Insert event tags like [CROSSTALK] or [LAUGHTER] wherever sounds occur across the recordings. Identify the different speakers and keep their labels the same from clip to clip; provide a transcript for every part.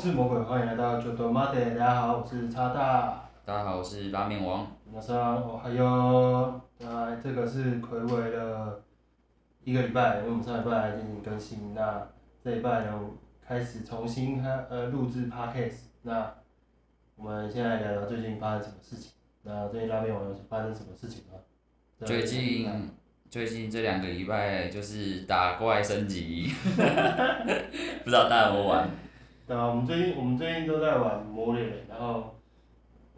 Speaker 1: 是魔鬼，欢迎来到九斗马德。大家好，我是叉大。
Speaker 2: 大家好，我是拉面王。
Speaker 1: 马上哦，还有，那这个是暌违了一个礼拜，因为我们上礼拜进行更新，那这礼拜呢开始重新开呃录制 podcast。那我们现在聊聊最近发生什么事情。那最近拉面网友发生什么事情呢？这
Speaker 2: 最近最近这两个礼拜就是打怪升级， [LAUGHS] 不知道大家有没有玩？
Speaker 1: 对啊，我们最近我们最近都在玩魔猎人，然后，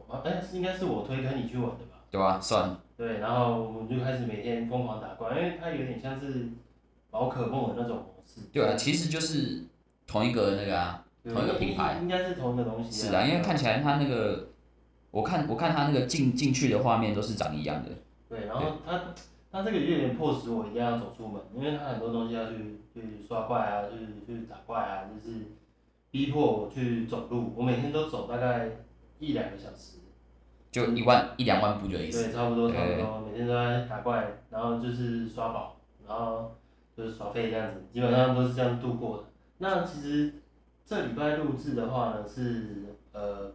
Speaker 1: 啊，哎、是应该是我推坑你去玩的吧？
Speaker 2: 对吧、算
Speaker 1: 对，然后我们就开始每天疯狂打怪，因为它有点像是宝可梦的那种模式。
Speaker 2: 对啊，其实就是同一个那个啊，
Speaker 1: 对
Speaker 2: 同一个品牌
Speaker 1: 应应该是同一个东西。
Speaker 2: 是啊，因为看起来它那个，我看我看它那个进进去的画面都是长一样的。
Speaker 1: 对，然后它它这个有点迫使我一定要走出门，因为它很多东西要去去刷怪啊，去去打怪啊，就是逼迫我去走路。我每天都走大概一两个小时，
Speaker 2: 就一万一两万步就意思，
Speaker 1: 对，差不多
Speaker 2: 对哎
Speaker 1: 差不多，每天都在打怪，然后就是刷宝，然后就是耍废这样子，基本上都是这样度过的。那其实这礼拜录制的话呢，是呃，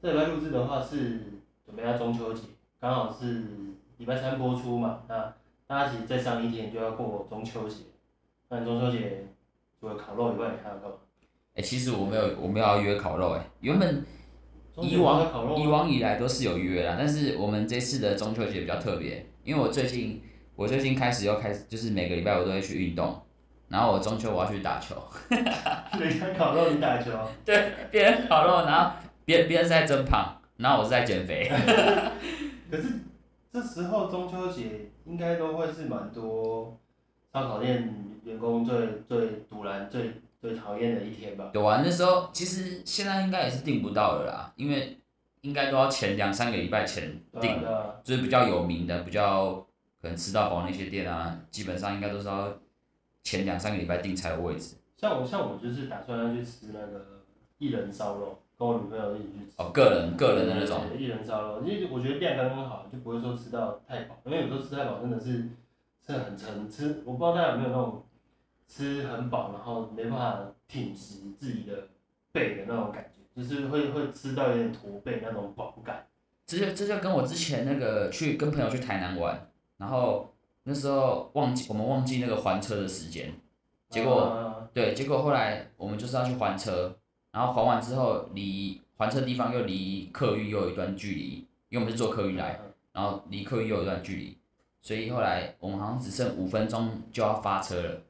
Speaker 1: 这礼拜录制的话是准备要中秋节，刚好是礼拜三播出嘛，那大家其实再上一天就要过中秋节，那你中秋节除了烤肉以外，你还要干嘛？
Speaker 2: 哎、其实我没有我们要约烤肉哎、原本
Speaker 1: 中秋节
Speaker 2: 以
Speaker 1: 不是烤
Speaker 2: 往
Speaker 1: 肉
Speaker 2: 以
Speaker 1: 吗 [LAUGHS]
Speaker 2: 往以来都是有约啦，但是我们这次的中秋节比较特别，因为我最近我最近开始又开始，就是每个礼拜我都会去运动，然后我中秋我要去打球，
Speaker 1: 人家烤肉你打球，
Speaker 2: 对， [LAUGHS] 别人烤肉，然后别人别人是在增胖，然后我是在减肥， [LAUGHS]
Speaker 1: 可是这时候中秋节应该都会是蛮多烧烤店员工最最堵然、最最讨厌的一天吧？
Speaker 2: 对啊，那时候其实现在应该也是订不到了啦，因为应该都要前两三个礼拜前
Speaker 1: 对
Speaker 2: 订
Speaker 1: 啊，对啊，
Speaker 2: 就是比较有名的，比较可能吃到饱那些店啊，基本上应该都是要前两三个礼拜订才有位置。
Speaker 1: 像我像我就是打算要去吃那个一人烧肉，跟我女朋友一起去吃。
Speaker 2: 哦，个人个人的那种，
Speaker 1: 对一人烧肉，因为我觉得量刚刚好，就不会说吃到太饱，因为有时候吃太饱真的是是很撑，吃我不知道大家有没有那种吃很饱，然后没办法挺直自己的背的那种感觉，就是会会吃到有点驼背那种饱感。
Speaker 2: 这就这就跟我之前那个去跟朋友去台南玩，然后那时候忘记我们忘记那个还车的时间，结果
Speaker 1: 啊
Speaker 2: 对，结果后来我们就是要去还车，然后还完之后离还车地方又离客运又有一段距离，因为我们是坐客运来，然后离客运又有一段距离，所以后来我们好像只剩五分钟就要发车了，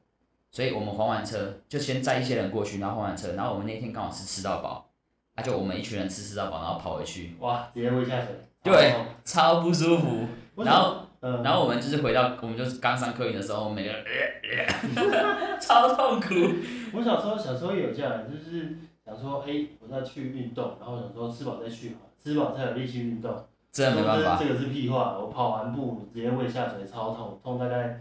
Speaker 2: 所以我们还完车就先载一些人过去，然后还完车，然后我们那天刚好是吃到饱，那、就我们一群人吃吃到饱，然后跑回去，
Speaker 1: 哇，直接喂下水。
Speaker 2: 对，超不舒服。
Speaker 1: 为什么
Speaker 2: 然后
Speaker 1: 嗯，
Speaker 2: 然后我们就是回到我们就是刚上客运的时候，我们每个人、超痛苦。
Speaker 1: 我小时候小时候也有这样，就是想说，哎、我再去运动，然后想说吃饱再去好了，吃饱才有力气运动。
Speaker 2: 真的没办法，
Speaker 1: 这个是屁话，我跑完步直接胃下垂，超痛，痛大概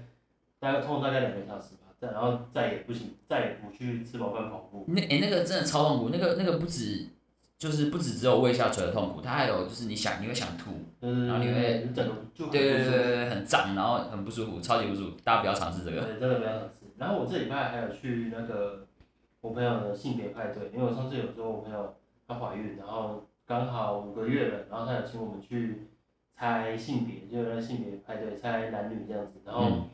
Speaker 1: 大概痛大概两个小时吧，再然后再也不行，再也不去吃饱饭跑步。
Speaker 2: 那诶、那个真的超痛苦，那个那个不止，就是不止只有胃下垂的痛苦，它还有就是你想你会想吐，
Speaker 1: 就是
Speaker 2: 然后你会
Speaker 1: 整个就很
Speaker 2: 对对对
Speaker 1: 不舒服
Speaker 2: 对对，很胀，然后很不舒服，超级不舒服，大家不要尝试这个。
Speaker 1: 对，真的不要想吃。然后我这礼拜还有去那个我朋友的性别派对，因为我上次有说我朋友她怀孕，然后刚好五个月了，然后她有请我们去猜性别，就是那个性别派对猜男女这样子。然后、
Speaker 2: 嗯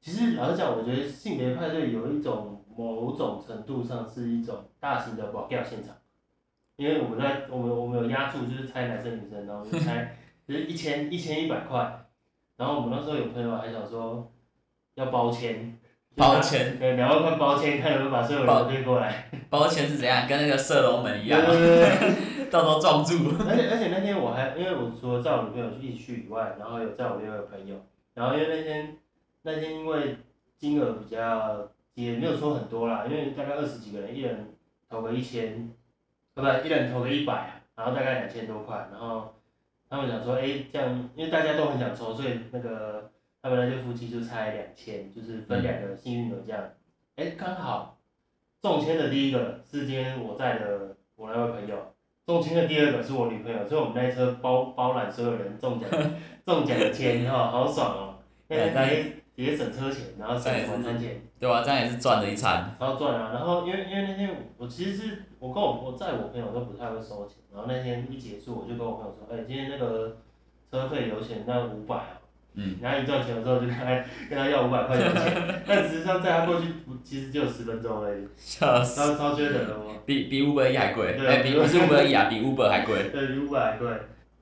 Speaker 1: 其实老实讲，我觉得性别派对有一种某种程度上是一种大型的保钓现场，因为我们在我们我们有压注，就是猜男生女生，然后就猜就是一千一千一百块，然后我们那时候有朋友还想说要包签，
Speaker 2: 包签，
Speaker 1: 对，两万块包签，看有没有把所有人都推过来。
Speaker 2: 包签是怎样，跟那个射龙门一样，啊
Speaker 1: 对对对对
Speaker 2: 到时候撞住。
Speaker 1: 而且而且那天我还因为我除了载我女朋友去一起去以外，然后有载我另外一个朋友，然后因为那天那天因为金额比较也没有说很多啦，因为大概二十几个人，一人投个一千，啊不，一人投个一百啊，然后大概两千多块，然后他们想说，哎、这样因为大家都很想抽，所以那个他们那对夫妻就猜两千，就是分两个幸运儿这样，哎、刚好中签的第一个是今天我在的我那位朋友。中签的第二个是我女朋友，所以我们那一车包包揽所有人中奖中奖的签哈，好爽哦！那
Speaker 2: 对
Speaker 1: 天直接也省车钱，然后省
Speaker 2: 哎
Speaker 1: 晚餐钱，
Speaker 2: 对吧、这样也是赚了一餐。
Speaker 1: 然后赚啊。然后因为因为那天我我其实是我跟我我在我朋友都不太会收钱，然后那天一结束我就跟我朋友说，哎、今天那个车费油钱那五百啊。
Speaker 2: 嗯，
Speaker 1: 然后一赚钱的时候就跟他跟他要五百块油钱，但实际上在他过去不其实只有十分钟而已，
Speaker 2: 笑死。
Speaker 1: 超超缺德的哦。
Speaker 2: 比比 Uber E 还贵，
Speaker 1: 对啊
Speaker 2: 哎、比不是 Uber E 啊，比 Uber 还贵。
Speaker 1: 对，五百对。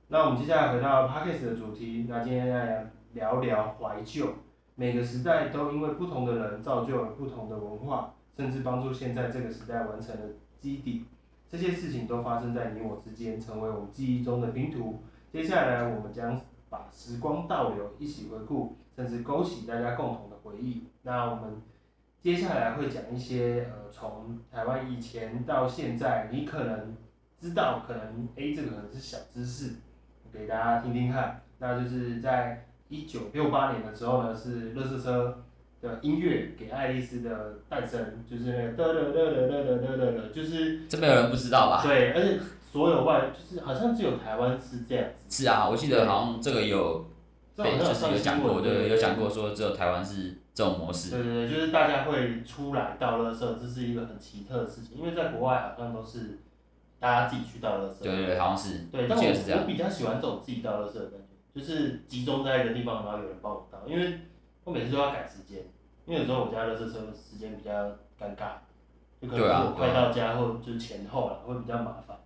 Speaker 1: 那我们接下来回到 podcast 的主题，那今天来聊聊怀旧。每个时代都因为不同的人造就了不同的文化，甚至帮助现在这个时代完成了基底。这些事情都发生在你我之间，成为我们记忆中的拼图。接下来我们将把时光倒流，一起回顾，甚至勾起大家共同的回忆。那我们接下来会讲一些呃，从台湾以前到现在，你可能知道可能 A 这个可能是小知识，给大家听听看。那就是在一九六八年的时候呢，是乐色车的音乐给爱丽丝的诞生，就是那个得得得得得得得得，就是
Speaker 2: 这边有人不知道吧？
Speaker 1: 对，而且所有外就是好像只有台湾是这样子，
Speaker 2: 是啊，我记得好像这个有
Speaker 1: 这好
Speaker 2: 被
Speaker 1: 像
Speaker 2: 就
Speaker 1: 有
Speaker 2: 是
Speaker 1: 上
Speaker 2: 有讲
Speaker 1: 新闻
Speaker 2: 过，对，有讲过说只有台湾是这种模式。
Speaker 1: 对对对，就是大家会出来倒垃圾，这是一个很奇特的事情，因为在国外好像都是大家自己去倒垃圾。
Speaker 2: 对对对，好像是，
Speaker 1: 对，
Speaker 2: 我
Speaker 1: 但
Speaker 2: 记得是这
Speaker 1: 我我
Speaker 2: 样。
Speaker 1: 比较喜欢这种自己倒垃圾的感觉，就是集中在一个地方，然后有人帮我倒，因为我每次都要赶时间，因为有时候我家垃圾车时间比较尴尬，就可能
Speaker 2: 对啊
Speaker 1: 是我快到家或就是前后了，会比较麻烦。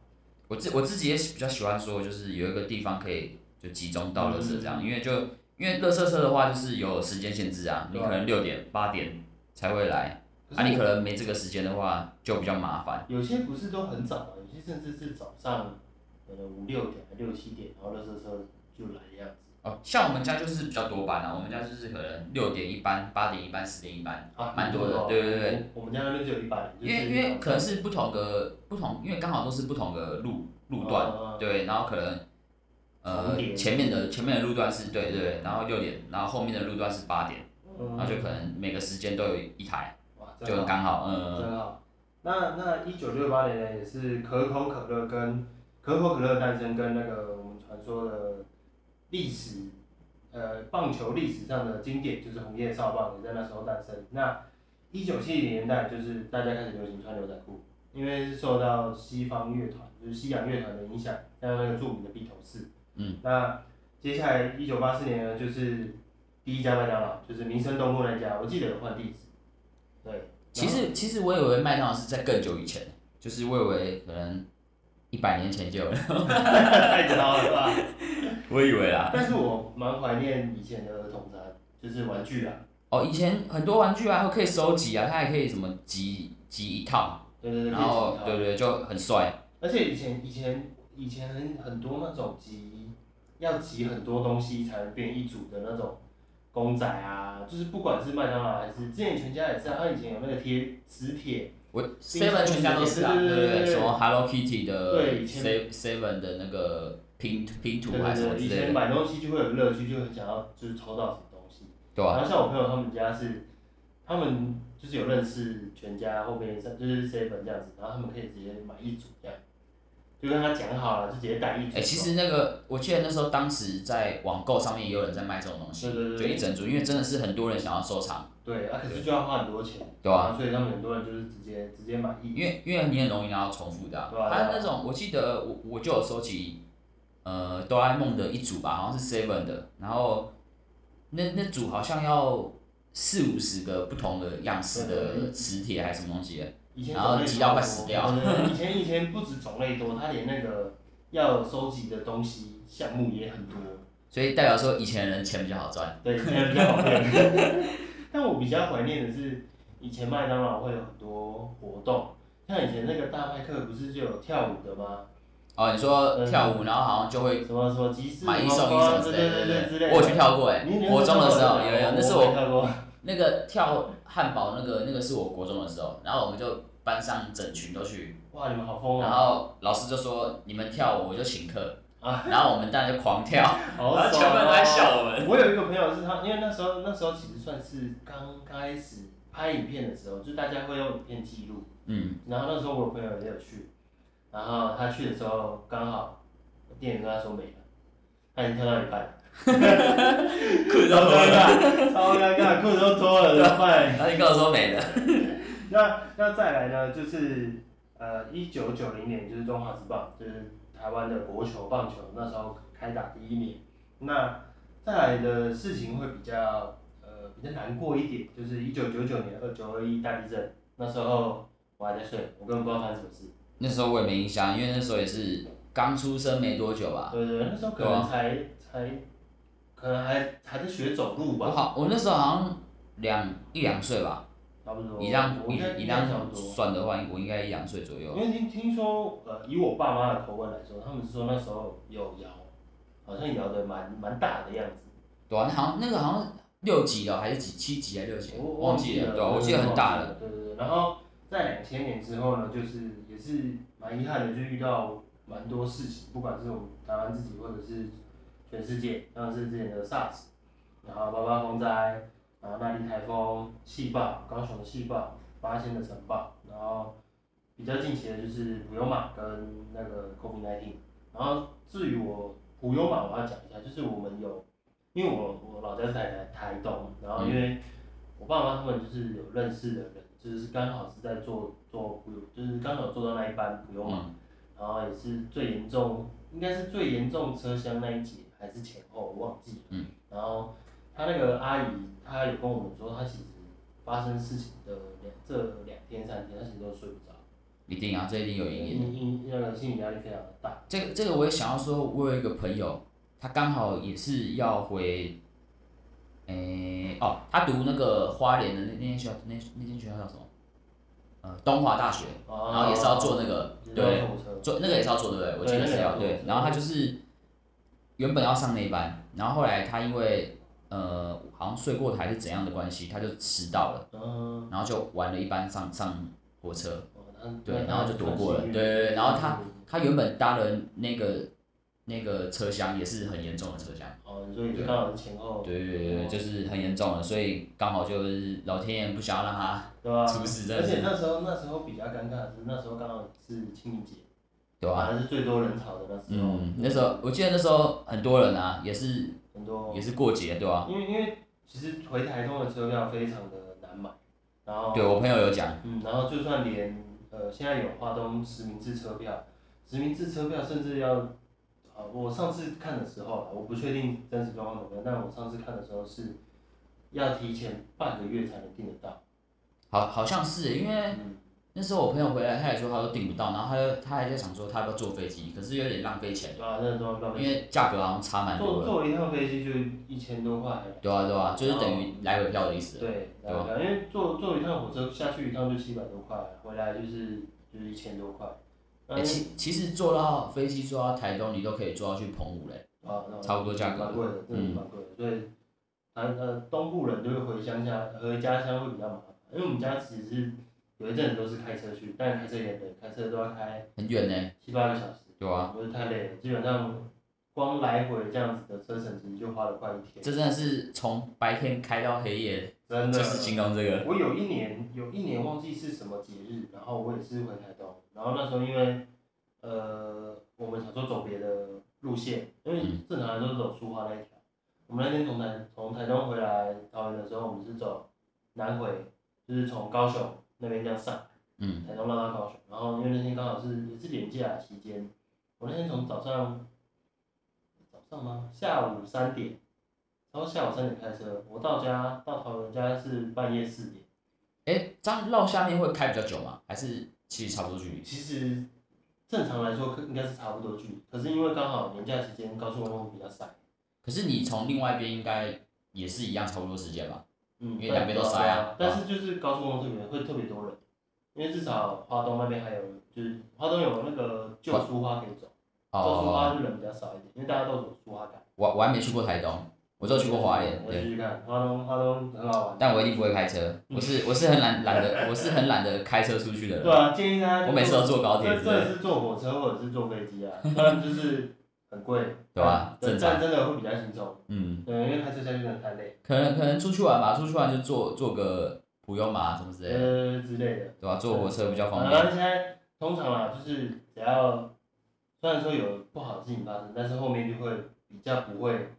Speaker 2: 我自我自己也比较喜欢说，就是有一个地方可以就集中
Speaker 1: 嗯
Speaker 2: 到垃圾这样，因为就因为垃圾车的话就是有时间限制啊，你
Speaker 1: 对啊
Speaker 2: 可能六点八点才会来，
Speaker 1: 可
Speaker 2: 啊，
Speaker 1: 是
Speaker 2: 你可能没这个时间的话就比较麻烦。
Speaker 1: 有些不是都很早嘛，有些甚至是早上可能五六点、六七点，然后垃圾车就来的样子。
Speaker 2: 哦，像我们家就是比较多班啊，我们家就是可能六点一班、八点一班、十点一班，
Speaker 1: 啊，
Speaker 2: 蛮多的
Speaker 1: 哦
Speaker 2: 对对对。
Speaker 1: 我我们家那边只有一百，
Speaker 2: 因为因为可能是不同的不同，因为刚好都是不同的路路段，
Speaker 1: 哦哦
Speaker 2: 对，然后可能呃
Speaker 1: 重叠
Speaker 2: 前面的前面的路段是对对，然后六点，然后后面的路段是八点，
Speaker 1: 嗯
Speaker 2: 然后就可能每个时间都有一台，
Speaker 1: 哇，真
Speaker 2: 就
Speaker 1: 好
Speaker 2: 刚好嗯，
Speaker 1: 真好。那那一九六八年呢，也是可口可乐跟可口可乐的诞生跟那个我们传说的历史，呃，棒球历史上的经典就是红叶少棒也在那时候诞生。那一九七零年代就是大家开始流行穿牛仔裤，因为是受到西方乐团，就是西洋乐团的影响，还有那个著名的披头士。
Speaker 2: 嗯。
Speaker 1: 那接下来一九八四年呢，就是第一家麦当劳，就是民生东路那家，我记得有换地址。对。
Speaker 2: 其实其实我以为麦当劳是在更久以前，就是我以为可能一百年前就有了， [LAUGHS]
Speaker 1: [LAUGHS] 太糟了吧！
Speaker 2: 我以为啦，
Speaker 1: [LAUGHS] 但是我蛮怀念以前的儿童餐，就是玩具啊，
Speaker 2: 哦，以前很多玩具啊，可以收集啊，它还可以什么集集一套，
Speaker 1: 啊对对对，
Speaker 2: 然后
Speaker 1: 可以
Speaker 2: 对
Speaker 1: 集
Speaker 2: 对就很帅，
Speaker 1: 套。而且以前以前以前很很多那种集，要集很多东西才能变一组的那种公仔啊，就是不管是麦当劳还是之前全家也是啊，它以前有那个贴磁铁，
Speaker 2: 我 Seven 全家都是啊，
Speaker 1: 对
Speaker 2: 对
Speaker 1: 对对
Speaker 2: 对
Speaker 1: 对
Speaker 2: 对，什么 Hello Kitty 的
Speaker 1: 对以前
Speaker 2: Se- Seven 的那个拼
Speaker 1: 对
Speaker 2: 拼图
Speaker 1: 对
Speaker 2: 还是什么
Speaker 1: 对，
Speaker 2: 之
Speaker 1: 以
Speaker 2: 类
Speaker 1: 前
Speaker 2: 的，
Speaker 1: 买东西就会有乐趣，就很想要就是抽到什么东西。
Speaker 2: 对吧、
Speaker 1: 然后像我朋友他们家是，他们就是有认识全家后面就是 seven 这样子，然后他们可以直接买一组这样，就跟他讲好了，就直接带一组。
Speaker 2: 哎、其实那个我记得那时候当时在网购上面也有人在卖这种东西，
Speaker 1: 对对对对
Speaker 2: 就一整组，因为真的是很多人想要收藏，
Speaker 1: 对啊，可是就要花很多钱，
Speaker 2: 对吧、
Speaker 1: 啊，所以他们很多人就是直接直接买一组。
Speaker 2: 因为因为你很容易拿到重复的、啊，
Speaker 1: 嗯对啊对
Speaker 2: 它
Speaker 1: 啊
Speaker 2: 那种我记得我我就有收集，呃，哆啦 A 梦的一组吧，好像是 Seven 的，然后那那组好像要四五十个不同的样式
Speaker 1: 对对
Speaker 2: 的磁铁还是什么东西的。
Speaker 1: 以前
Speaker 2: 嗯然后
Speaker 1: 种类
Speaker 2: 挤到快
Speaker 1: 超
Speaker 2: 死
Speaker 1: 多
Speaker 2: 掉
Speaker 1: 对对对以前以前不止种类多，他连那个要收集的东西项目也很多。
Speaker 2: 所以代表说以前的人钱比较好赚。 [LAUGHS]
Speaker 1: 对，以前比较好练。 [LAUGHS] 但我比较怀念的是，以前麦当劳会有很多活动，像以前那个大麦克不是就有跳舞的吗？
Speaker 2: 哦，你说跳舞，然后好像就会
Speaker 1: 什么什么集市
Speaker 2: 买一
Speaker 1: 黄
Speaker 2: 送一
Speaker 1: 瓜
Speaker 2: 什么之
Speaker 1: 对
Speaker 2: 类
Speaker 1: 对
Speaker 2: 的，
Speaker 1: 对
Speaker 2: 对
Speaker 1: 之类
Speaker 2: 对对。
Speaker 1: 的。
Speaker 2: 我有去跳过哎
Speaker 1: 你，你有
Speaker 2: 国中的时候
Speaker 1: 跳过哦
Speaker 2: 有有，那是
Speaker 1: 我没
Speaker 2: 我
Speaker 1: 跳过。
Speaker 2: 那个跳汉堡那个那个是我国中的时候，然后我们就班上整群都去，
Speaker 1: 哇，你们好疯
Speaker 2: 然
Speaker 1: 哦！
Speaker 2: 后老师就说你们跳舞我就请客，
Speaker 1: 啊
Speaker 2: 然后我们大家就狂跳，
Speaker 1: 好
Speaker 2: 然后啊全
Speaker 1: 爽
Speaker 2: 部人都在
Speaker 1: 哦！
Speaker 2: 笑我们。
Speaker 1: 我有一个朋友是他，因为那时候那时候其实算是刚开始拍影片的时候，就大家会用影片记录。 [LAUGHS]
Speaker 2: 嗯，
Speaker 1: 然后那时候我朋友也有去，然后他去的时候刚好店员跟他说没了，他已经跳到一半，
Speaker 2: 裤子
Speaker 1: 超尴
Speaker 2: 都脱了，
Speaker 1: 尬，超尴尬，裤子都脱了，怎么办？
Speaker 2: 然后你跟我说没了，
Speaker 1: 那那再来呢，就是呃，一九九零年就是中华职棒，就是台湾的国球棒球那时候开打第一年。那再来的事情会比较呃比较难过一点，就是一九九九年二九二一大地震，那时候我还在睡，我根本不知道发生什么事。
Speaker 2: 那时候我也没印象，因为那时候也是刚出生没多久吧。
Speaker 1: 对对，对那时候可能才才可能还还在学走路
Speaker 2: 我
Speaker 1: 吧，
Speaker 2: 好，我那时候好像两一两岁吧，
Speaker 1: 差不多。
Speaker 2: 你让
Speaker 1: 哦我
Speaker 2: 你
Speaker 1: 应该
Speaker 2: 你
Speaker 1: 应该
Speaker 2: 让
Speaker 1: 差不多。
Speaker 2: 算的话，我应该一两岁左右
Speaker 1: 因。为听听说，呃，以我爸妈的口吻来说，他们是说那时候有摇，好像摇的蛮蛮大的样子。
Speaker 2: 对啊，那好像那个好像六级的还是几七级还是六级，
Speaker 1: 我
Speaker 2: 忘记了。对啊，我记得很大的。。
Speaker 1: 对对对，然后在两千年之后呢，就是也是蛮遗憾的，就遇到蛮多事情，不管是我们台湾自己或者是全世界，像是之前的 SARS，然后八八风灾，然后那莉台风、气爆、高雄的气爆、八仙的尘爆，然后比较近期的就是普悠玛跟那个 COVID 1 9然后至于我普悠玛，我要讲一下，就是我们有，因为我我老家是台台台东，然后因为我爸妈他们就是有认识的人，就是刚好是在做做普悠，就是刚好做到那一班普悠玛，
Speaker 2: 嗯，
Speaker 1: 然后也是最严重，应该是最严重车厢那一节还是前后，我忘记了。
Speaker 2: 嗯。
Speaker 1: 然后他那个阿姨，她有跟我们说，她其实发生事情的两这两天三天，她其实都睡不着，
Speaker 2: 一定啊，这一定有阴影。
Speaker 1: 因因那个心理压力非常的大。
Speaker 2: 这个这个我也想要说，我有一个朋友，他刚好也是要回，诶、哦，他读那个花莲的那那间学校，那那间学校叫什么？呃，东华大学。
Speaker 1: 然
Speaker 2: 后也是要坐那个对
Speaker 1: 车。
Speaker 2: 做那个也是要做对不对？我记得是要
Speaker 1: 对那个也要做
Speaker 2: 对。然后他就是原本要上那一班，然后后来他因为呃好像睡过头还是怎样的关系，他就迟到了，
Speaker 1: 嗯。
Speaker 2: 然后就晚了一班上上火车，
Speaker 1: 哦那
Speaker 2: 对，
Speaker 1: 那
Speaker 2: 然后就躲过了，
Speaker 1: 算
Speaker 2: 对
Speaker 1: 幸运
Speaker 2: 对对。然后他他原本搭的那个那个车厢也是很严重的车厢，
Speaker 1: 哦，你说也是刚好是前后，
Speaker 2: 对对
Speaker 1: 哦
Speaker 2: 对对，就是很严重的，所以刚好就是老天爷不想要让他
Speaker 1: 对吧？
Speaker 2: 出事，真
Speaker 1: 啊而
Speaker 2: 的
Speaker 1: 且
Speaker 2: 是
Speaker 1: 那时候那时候比较尴尬的是，那时候刚好是清明节，
Speaker 2: 对吧、
Speaker 1: 反正是最多人吵的那时候。
Speaker 2: 嗯，那时候我记得那时候很多人啊，也是
Speaker 1: 很多
Speaker 2: 也，是过节对吧、
Speaker 1: 因为因为其实回台东的车票非常的难买，然后
Speaker 2: 对我朋友有讲，
Speaker 1: 嗯，然后就算连呃现在有华东实名制车票，实名制车票甚至要，呃我上次看的时候啊，我不确定真实状况怎么样，但我上次看的时候是要提前半个月才能订得到，
Speaker 2: 好好像是，因为
Speaker 1: 嗯，
Speaker 2: 那时候我朋友回来，他也说他都订不到，然后他就他还在想说他要不要坐飞机，可是有点浪费钱，
Speaker 1: 对啊，那都要报
Speaker 2: 因为价格好像差蛮多
Speaker 1: 坐
Speaker 2: 的。
Speaker 1: 坐一趟飞机就一千多块，
Speaker 2: 对啊对啊，就是等
Speaker 1: 哦
Speaker 2: 于来回票的意思。
Speaker 1: 对，
Speaker 2: 对
Speaker 1: 然后因为坐坐一趟火车下去一趟就七百多块，回来就是就是一千多块，那
Speaker 2: 欸、其其实坐到飞机坐到台东，你都可以坐到去澎湖嘞。
Speaker 1: 啊，那
Speaker 2: 差不多价格
Speaker 1: 蛮贵的，真
Speaker 2: 嗯
Speaker 1: 的蛮贵的，所以，啊呃，东部人就会回乡下，呃回家乡会比较麻烦，因为我们家其实是有一阵子都是开车去，但开车也累，开车都要开
Speaker 2: 很远呢。
Speaker 1: 七八个小时，
Speaker 2: 对啊，
Speaker 1: 不是太累了，基本上光来回这样子的车程其实就花了快一天，
Speaker 2: 这真的是从白天开到黑夜，
Speaker 1: 真
Speaker 2: 就是形
Speaker 1: 的。
Speaker 2: 容这个。
Speaker 1: 我有一年，有一年忘记是什么节日，然后我也是回台东，然后那时候因为，呃，我们想说走别的路线，因为
Speaker 2: 嗯
Speaker 1: 正常来说是走苏花那一条。我们那天从台从台东回来桃园的时候，我们是走南回，就是从高雄那边这样上，
Speaker 2: 嗯，
Speaker 1: 台东绕到高雄。然后因为那天刚好是也是连假期间，我那天从早上早上吗？下午三点，然后下午三点开车，我到家到桃园家是半夜四点。
Speaker 2: 哎、这样绕下面会开比较久吗？还是其实差不多距离？
Speaker 1: 其实正常来说可应该是差不多距离，可是因为刚好年假期间高速公路比较塞，
Speaker 2: 可是你从另外一边应该也是一样差不多时间吧？
Speaker 1: 嗯，
Speaker 2: 因为两边都塞啊
Speaker 1: 但是就是高速公路特别会特别多人，因为至少花东那边还有就是花东有那个旧苏花可以走，
Speaker 2: 哦
Speaker 1: 旧苏花就人比较少一点，因为大家都走苏花港。
Speaker 2: 我我还没去过台东，我只有去过花莲，
Speaker 1: 我
Speaker 2: 对，
Speaker 1: 去去看花东，花东很好玩。
Speaker 2: 但我一定不会开车，我是我是很懒懒得，我是很懒得开车出去的
Speaker 1: 对
Speaker 2: 人，
Speaker 1: 啊，建议大家。
Speaker 2: 我每次都坐高铁
Speaker 1: 这
Speaker 2: 之
Speaker 1: 这
Speaker 2: 类的，
Speaker 1: 是坐火车或者是坐飞机啊，当然就是很贵，
Speaker 2: 对吧？
Speaker 1: 但
Speaker 2: 正
Speaker 1: 但
Speaker 2: 常，
Speaker 1: 真的会比较轻松，
Speaker 2: 嗯，
Speaker 1: 嗯，因为开车下去真的太累。
Speaker 2: 可能可能出去玩吧，出去玩就坐坐个普悠玛什么之类的，
Speaker 1: 呃之类的。
Speaker 2: 对吧？坐火车比较方
Speaker 1: 然
Speaker 2: 便，
Speaker 1: 后现在通常啊，就是只要虽然说有不好的事情发生，但是后面就会比较不会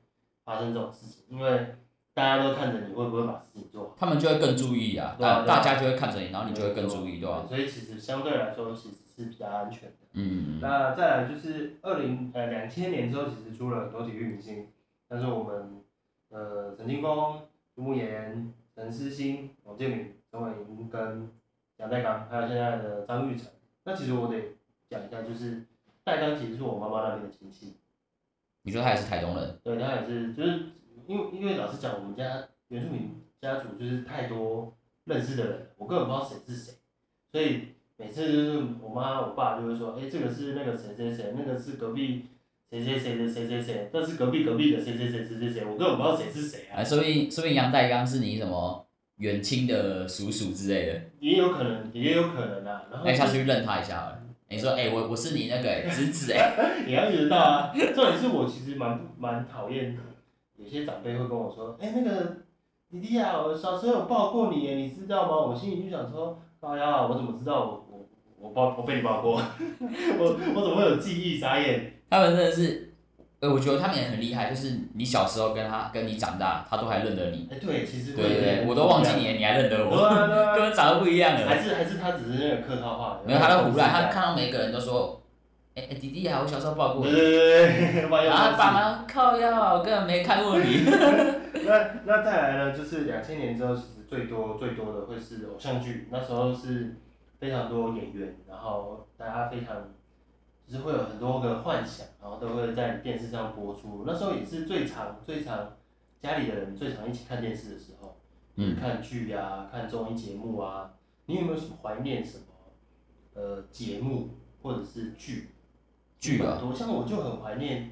Speaker 1: 发生这种事情，因为大家都看着你会不会把事情做好，
Speaker 2: 他们就会更注意啊，
Speaker 1: 对啊
Speaker 2: 大
Speaker 1: 对啊
Speaker 2: 大家就会看着你，然后你就会更注意，对吧？
Speaker 1: 所以其实相对来说，其实是比较安全的。
Speaker 2: 嗯，嗯嗯
Speaker 1: 那再来就是二零呃两千年之后，其实出了很多体育明星，但是我们呃陈金峰、朱慕炎、陈思欣、王哦建民、陈伟霆跟杨代刚，还有现在的张育成。那其实我得讲一下，就是代刚其实是我妈妈那边的亲戚，
Speaker 2: 你说他也是台东人，
Speaker 1: 对，他也是，就是因为因为老实讲，我们家原住民家族就是太多认识的人了，我根本不知道谁是谁，所以每次就是我妈我爸就会说，哎、这个是那个谁谁谁，那个是隔壁谁谁谁的谁谁谁，那是隔壁隔壁的谁谁谁谁谁谁，我根本不知道谁是谁啊，
Speaker 2: 哎，说不定说不定杨代刚是你什么远亲的叔叔之类的，
Speaker 1: 也有可能，也有可能啊，然后
Speaker 2: 哎，下次去认他一下好了。你说，哎，我我是你那个哎侄子
Speaker 1: [LAUGHS]
Speaker 2: 哎，
Speaker 1: 也要知道啊，重点是我其实蛮蛮讨厌有些长辈会跟我说，哎、那个弟弟啊，我小时候有抱过你耶，你知道吗？我心里就想说，哎呀，我怎么知道我我我抱我被你抱过？我我怎么会有记忆？傻眼。
Speaker 2: 他们真的是，哎，我觉得他们也很厉害，就是你小时候跟他跟你长大，他都还认得你，
Speaker 1: 哎、对，其实
Speaker 2: 对对对，我都忘记你了，你还认得
Speaker 1: 对啊对
Speaker 2: 我，
Speaker 1: 啊
Speaker 2: 根本长得不一样了。
Speaker 1: 还是还是他只是那个客套话。
Speaker 2: 没有，他在胡
Speaker 1: 胡
Speaker 2: 乱，他看到每个人都说，哎、哎，弟弟啊，我小时候抱过
Speaker 1: 对
Speaker 2: 你，
Speaker 1: 对对对，万一
Speaker 2: 然后爸
Speaker 1: 他
Speaker 2: 妈靠腰啊，我根本没看过你。
Speaker 1: [LAUGHS] 那那再来呢，就是两千年之后，其实最多最多的会是偶像剧，那时候是非常多演员，然后大家非常就是会有很多个幻想，然后都会在电视上播出。那时候也是最常最常家里的人最常一起看电视的时候，
Speaker 2: 嗯
Speaker 1: 看剧啊，看综艺节目啊。你有没有什么怀念什么呃节目或者是剧？
Speaker 2: [LAUGHS] 剧
Speaker 1: 很
Speaker 2: 啊，
Speaker 1: 多，像我就很怀念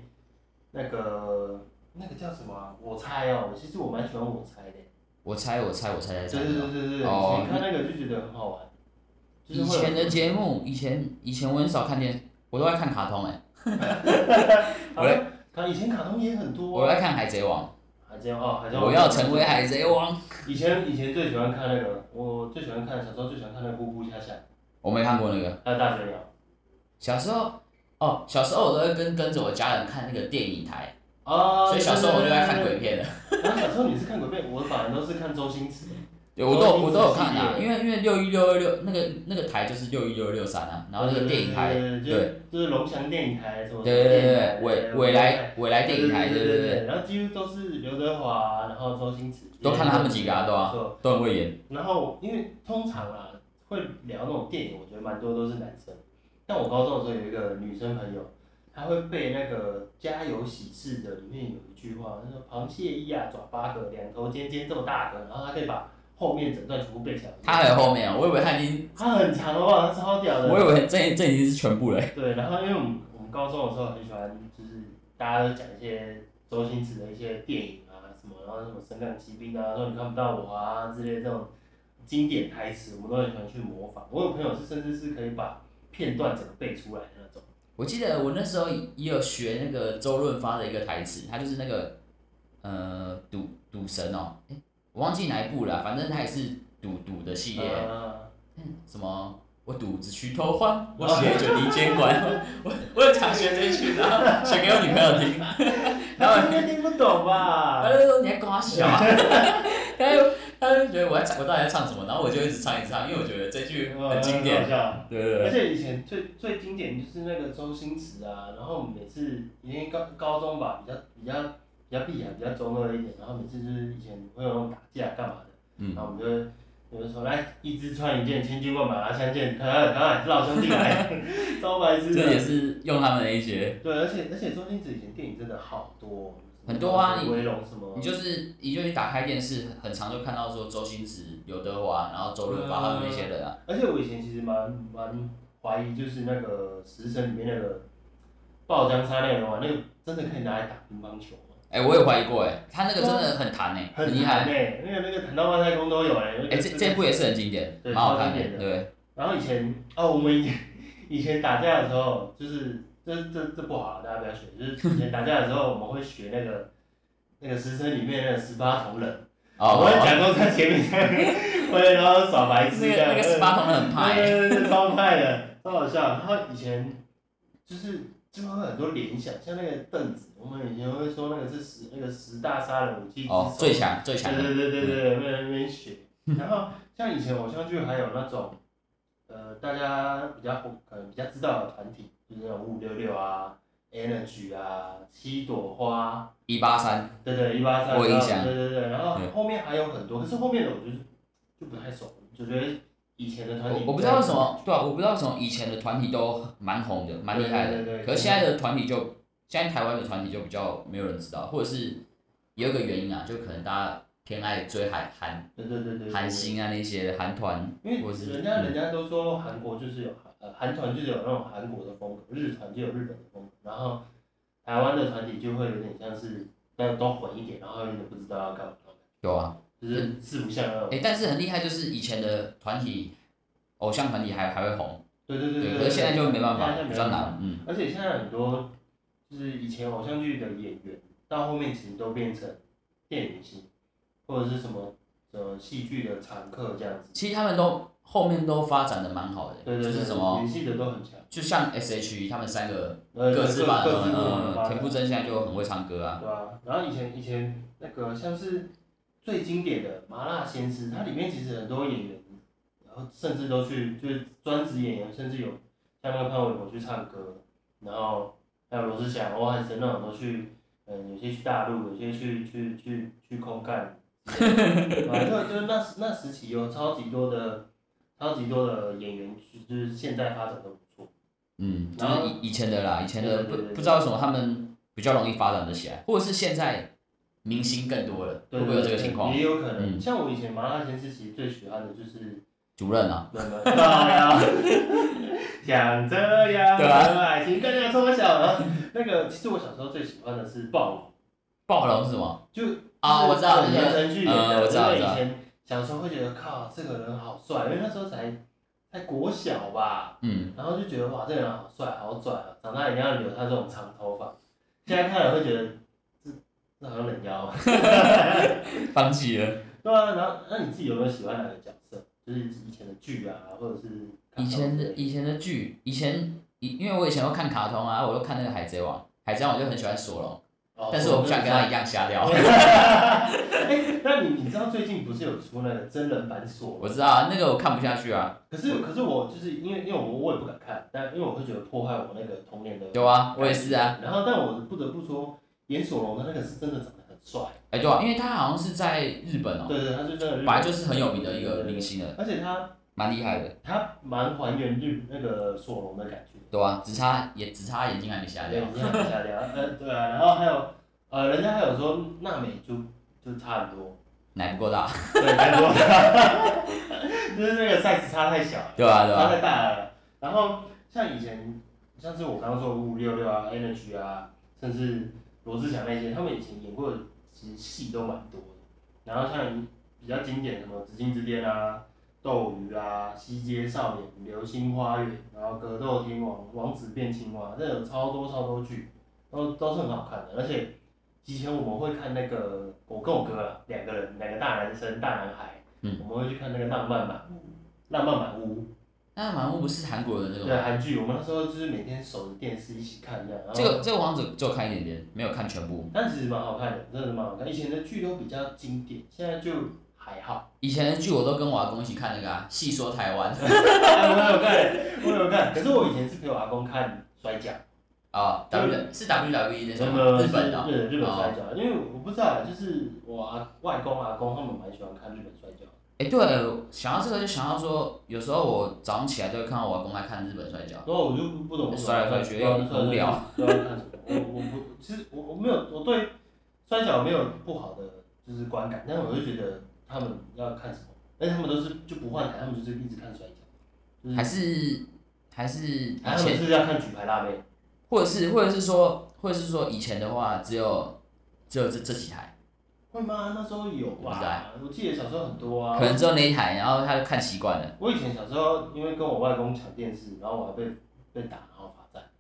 Speaker 1: 那个那个叫什么、啊？我猜哦，其实我蛮喜欢我猜的。
Speaker 2: 我猜，我猜，我猜猜猜
Speaker 1: 对。对对对对，
Speaker 2: 哦
Speaker 1: 以前看那个就觉得很好玩。就是
Speaker 2: 以
Speaker 1: 会有
Speaker 2: 前的节目，以前以前我很少看电，我都爱看卡通哎、
Speaker 1: 好像卡以前卡通也很多
Speaker 2: 我
Speaker 1: 啊、
Speaker 2: 爱看海贼王，
Speaker 1: 海贼王哦，海贼王。
Speaker 2: 我要成为。海贼王。
Speaker 1: 以前以前最喜欢看那个，我最喜欢看小时候最喜欢看那个《布布恰恰》，
Speaker 2: 我没看过那个，
Speaker 1: 还有大嘴鸟。
Speaker 2: 小时候哦，小时候我都会跟跟着我家人看那个电影台，
Speaker 1: 哦。
Speaker 2: 所以小时候我就爱看
Speaker 1: 对。对
Speaker 2: 鬼
Speaker 1: 对
Speaker 2: 片了。
Speaker 1: 对然后小时候你是看鬼片，我反而都是看周星驰。
Speaker 2: 对，我都有
Speaker 1: 周星驰
Speaker 2: 我都有看啊，
Speaker 1: 系列
Speaker 2: 因为因为六一六二六那个那个台就是六一六二六三啊，然后那个电影台，
Speaker 1: 对对对
Speaker 2: 对
Speaker 1: 对，就是龙翔电影台什么。
Speaker 2: 对对对
Speaker 1: 电影台
Speaker 2: 对，未未来未来电影台，对
Speaker 1: 对
Speaker 2: 对对，
Speaker 1: 对，然后几乎都是刘德华，然后周星驰，
Speaker 2: 都看他们几个啊，对吧、
Speaker 1: 错
Speaker 2: 都很会演。
Speaker 1: 然后因为通常啊，会聊那种电影，我觉得蛮多都是男生。但我高中的时候有一个女生朋友，她会背那个《家有喜事》的里面有一句话，她说螃蟹一啊爪八个，两头尖尖这么大个，然后她可以把后面整段全部背起来。
Speaker 2: 他还有后面啊，我以为他已经，
Speaker 1: 她很长的话，她超屌的。
Speaker 2: 我以为这这已经是全部了。
Speaker 1: 对，然后因为我们我们高中的时候很喜欢，就是大家都讲一些周星驰的一些电影啊什么，然后什么《神探奇兵》啊，说你看不到我啊之类的这种经典台词，我们都很喜欢去模仿。我有朋友是甚至是可以把片段整个背出来的那种。
Speaker 2: 我记得我那时候也有学那个周润发的一个台词，他就是那个呃赌赌神哦，诶我忘记哪一部了啊、反正他也是赌赌的系列，
Speaker 1: 啊
Speaker 2: 什么我赌只需偷欢，我学着你监管，我我很常学这一句，然后学给我女朋友听，然后
Speaker 1: 他应该听不懂吧
Speaker 2: [LAUGHS] 他？就说你在跟我笑、啊， [LAUGHS] 他就他就觉得我在唱，我到底在唱什么，然后我就一直唱一直唱，因为我觉得这句很经典。
Speaker 1: 嗯。
Speaker 2: 哦对对
Speaker 1: 而
Speaker 2: 对，
Speaker 1: 且以前最最经典就是那个周星驰啊，然后我们每次因为高高中吧，比较比较比较避啊，比较中二一点，然后每次就是以前会有那种打架干嘛的，
Speaker 2: 嗯
Speaker 1: 然，后我们就会有人说来一支穿一件，千军万马拿相见，看看看看哎老兄弟
Speaker 2: [LAUGHS]
Speaker 1: 来，招白痴
Speaker 2: 这也
Speaker 1: 的。
Speaker 2: 是用他们的一些，
Speaker 1: 对，而且而且周星驰以前电影真的好多，
Speaker 2: 很多啊
Speaker 1: 什么威龙什么，
Speaker 2: 你就是你就一打开电视，很常就看到说周星驰、刘德华，然后周润发他们那些人啊，
Speaker 1: 而且我以前其实蛮蛮怀疑，就是那个《食神》里面那个爆浆沙链的话，那个真的可以拿来打乒乓球吗？
Speaker 2: 哎、我也怀疑过哎，他那个真的很弹哎，很厉害，
Speaker 1: 哎、那个那个弹到外太空都有哎、那个
Speaker 2: 哎、这这部也是很经典，
Speaker 1: 对
Speaker 2: 蛮好看
Speaker 1: 超经典
Speaker 2: 的，
Speaker 1: 的
Speaker 2: 对。
Speaker 1: 然后以前哦，我们以前以前打架的时候，就是这这这不好，大家不要学。就是以前打架的时候，我们会学那个那个《食神》里面那个十八铜人，我
Speaker 2: 哦，
Speaker 1: 会假装在前面这样，会然后耍白痴
Speaker 2: 那
Speaker 1: 这
Speaker 2: 个
Speaker 1: 样。
Speaker 2: 那个十八铜人很怕哎，
Speaker 1: 对对对，对超派的，超好笑。然后以前就是就会有很多联想，像那个凳子，我们以前会说那个是十那个十大杀人武器之首，
Speaker 2: 哦，最强最强的，
Speaker 1: 对对对对对，没人没人学。然后像以前偶像剧还有那种，呃，大家比较可能比较知道的团体，就是那种五五六六啊、Energy 啊、七朵花，
Speaker 2: 一八三，
Speaker 1: 对对一八三，
Speaker 2: 我有印
Speaker 1: 然后
Speaker 2: 象
Speaker 1: 对对对，然后
Speaker 2: 嗯
Speaker 1: 后面还有很多，可是后面的我就是就不太熟，就觉得以前的团体
Speaker 2: 我我不知道为什么，对啊，我不知道为什么以前的团体都蛮红的，蛮厉害
Speaker 1: 对对
Speaker 2: 的，
Speaker 1: 对
Speaker 2: 可是现在的团体就，现在台湾的团体就比较没有人知道，或者是有一个原因啊，就可能大家偏爱追韩韩
Speaker 1: 对对对对对
Speaker 2: 韩星啊那些韩团，
Speaker 1: 因为
Speaker 2: 或者是
Speaker 1: 人家
Speaker 2: 嗯
Speaker 1: 人家都说韩国就是有韩呃韩团就是有那种韩国的风格，日团就有日本的风格，然后台湾的团体就会有点像是但都混一点，然后有点不知道要干嘛，
Speaker 2: 有啊，
Speaker 1: 就是四不像那种。
Speaker 2: 哎、但是很厉害，就是以前的团体，偶像团体还还会红，
Speaker 1: 对对对
Speaker 2: 对，
Speaker 1: 对。
Speaker 2: 可是现在就没办
Speaker 1: 现
Speaker 2: 法，
Speaker 1: 在就
Speaker 2: 比
Speaker 1: 没
Speaker 2: 较
Speaker 1: 办法
Speaker 2: 难，嗯，
Speaker 1: 而且现在很多就是以前偶像剧的演员，到后面其实都变成电影星，或者是什么呃戏剧的常客这样子。
Speaker 2: 其实他们都后面都发展的蛮好的，
Speaker 1: 对对对，
Speaker 2: 就是什
Speaker 1: 演
Speaker 2: 么，
Speaker 1: 戏的都很强，
Speaker 2: 就像 S.H.E 他们三个
Speaker 1: 呃
Speaker 2: 各自发展，
Speaker 1: 各自不同的
Speaker 2: 嗯
Speaker 1: 发
Speaker 2: 嗯，
Speaker 1: 展
Speaker 2: 田馥甄现在就很会唱歌啊，
Speaker 1: 对啊，然后以前以前那个像是最经典的《麻辣鲜师》，它里面其实很多演员，然后甚至都去就是专职演员，甚至有像那个潘玮柏去唱歌，然后还有罗志祥、欧汉声那种都去，嗯，有些去大陆，有些去去去去空
Speaker 2: [LAUGHS]
Speaker 1: 干，反正就是那时那时期有超级多的超级多的演员，就是现在发展都不错。
Speaker 2: 嗯，就
Speaker 1: 然后
Speaker 2: 是以以前的啦，以前
Speaker 1: 对对
Speaker 2: 的不
Speaker 1: 对对对
Speaker 2: 不知道为什么他们比较容易发展的起来，或者是现在明星更多了，会
Speaker 1: 对
Speaker 2: 不会有这个情况
Speaker 1: 也？有可能。
Speaker 2: 嗯
Speaker 1: 像我以前麻辣鲜师其实最喜欢的就是
Speaker 2: 主任啊，
Speaker 1: 怎么呀？想这样
Speaker 2: 对啊
Speaker 1: 的爱情，大家说小了。那个，其实我小时候最喜欢的是暴龙，
Speaker 2: 暴龙是什么？
Speaker 1: 就
Speaker 2: 啊我知道
Speaker 1: 就是言承旭演
Speaker 2: 嗯
Speaker 1: 的，
Speaker 2: 我知道
Speaker 1: 因为
Speaker 2: 我知
Speaker 1: 以
Speaker 2: 道
Speaker 1: 前小时候会觉得靠，这个人好帅，因为那时候才才国小吧，
Speaker 2: 嗯，
Speaker 1: 然后就觉得哇，这个人好帅，好拽啊！长大一定要留他这种长头发。现在看了会觉得这这好像冷腰。啊
Speaker 2: 放弃了。
Speaker 1: 对啊，然后那你自己有没有喜欢哪个角色？就是以前的剧啊，或者是
Speaker 2: 以前
Speaker 1: 的
Speaker 2: 的以前的剧，以前以因为我以前会看卡通啊，我都看那个海贼王，海贼王我就很喜欢索隆，
Speaker 1: 哦
Speaker 2: 但是我不想跟他一样瞎聊。
Speaker 1: [LAUGHS] 哎，那你你知道最近不是有出那个真人版锁吗？
Speaker 2: [LAUGHS] 我知道啊，那个我看不下去啊，
Speaker 1: 可是可是我就是因为因为我我也不敢看，但因为我会觉得破坏我那个童年的。
Speaker 2: 有啊，我也是啊，。
Speaker 1: 然后但我不得不说，演索隆的那个是真的长得很帅，
Speaker 2: 哎、对啊，因为他好像是在日本哦、
Speaker 1: 对对，他就真的日
Speaker 2: 本
Speaker 1: 本
Speaker 2: 来就是很有名的一个明，星
Speaker 1: 对
Speaker 2: 了，
Speaker 1: 对对而且他
Speaker 2: 蛮厉害的，
Speaker 1: 他蛮还原日那个索隆的感觉。
Speaker 2: 对啊，只差眼只差眼睛还没瞎
Speaker 1: 对，
Speaker 2: 掉，
Speaker 1: 你这样很下掉。呃，对啊，然后还有呃，人家还有说娜美就就差很多，
Speaker 2: 奶不够大， [LAUGHS]
Speaker 1: 对，太多 [LAUGHS] 了，就是那个 size 差太小了。
Speaker 2: 对吧、对吧、
Speaker 1: 差太大了。然后像以前，像是我刚刚说五五六六啊、Energy 啊，甚至罗志祥那些，他们以前演过的其实戏都蛮多的。然后像比较经典的什么《紫禁之巅》啊、《斗鱼》啊、《西街少年》、《流星花园》，然后《格斗天王》、《王子变青蛙》，这有超多超多剧，都都是很好看的。而且以前我们会看那个，我跟我哥啊两个人，两个大男生、大男孩，
Speaker 2: 嗯
Speaker 1: 我们会去看那个《浪漫满屋》，浪漫满屋。
Speaker 2: 那满屋不是韩国的那个
Speaker 1: 对啊
Speaker 2: 吗？
Speaker 1: 韩剧，我们那时候就是每天守着电视一起看这样。然后
Speaker 2: 这个，这个王子只有看一点点，没有看全部。
Speaker 1: 但其实蛮好看的，真的蛮好看。以前的剧都比较经典，现在就还好。 [LAUGHS]
Speaker 2: 以前的剧我都跟我阿公一起看那个啊，《戏说台湾》
Speaker 1: 哎
Speaker 2: [LAUGHS]
Speaker 1: 我有看，我有看。可是我以前是陪我阿公看摔跤，
Speaker 2: 啊，W 是 WWE 那
Speaker 1: 日
Speaker 2: 种
Speaker 1: 本
Speaker 2: 吗日本的哦，
Speaker 1: 对日本
Speaker 2: 哦
Speaker 1: 摔跤，因为我不知道，就是我阿外公阿公他们蛮喜欢看日本摔跤。
Speaker 2: 哎、对，想到这个就想到说，有时候我早上起来就会看到我阿公在看日本摔跤，
Speaker 1: 然后我就不不懂为什么
Speaker 2: 摔来摔去
Speaker 1: 对啊
Speaker 2: 又很无聊，
Speaker 1: 对啊看什么？我我不，其实我我没有，我对摔跤没有不好的就是观感，但我就觉得他们要看什么，而且他们都是就不换台，他们就是一直看摔跤，就是哎
Speaker 2: 还是还是以
Speaker 1: 啊他们
Speaker 2: 前，
Speaker 1: 是要看举牌辣妹，
Speaker 2: 或者是或者是说，或者是说以前的话，只有只有这这几台，
Speaker 1: 会吗？那时候有
Speaker 2: 我不知
Speaker 1: 吧？我记得小时候很多啊
Speaker 2: 可。能只有那一台，然后他就看习惯了。
Speaker 1: 我以前小时候因为跟我外公抢电视，然后我还被被打，然后罚站。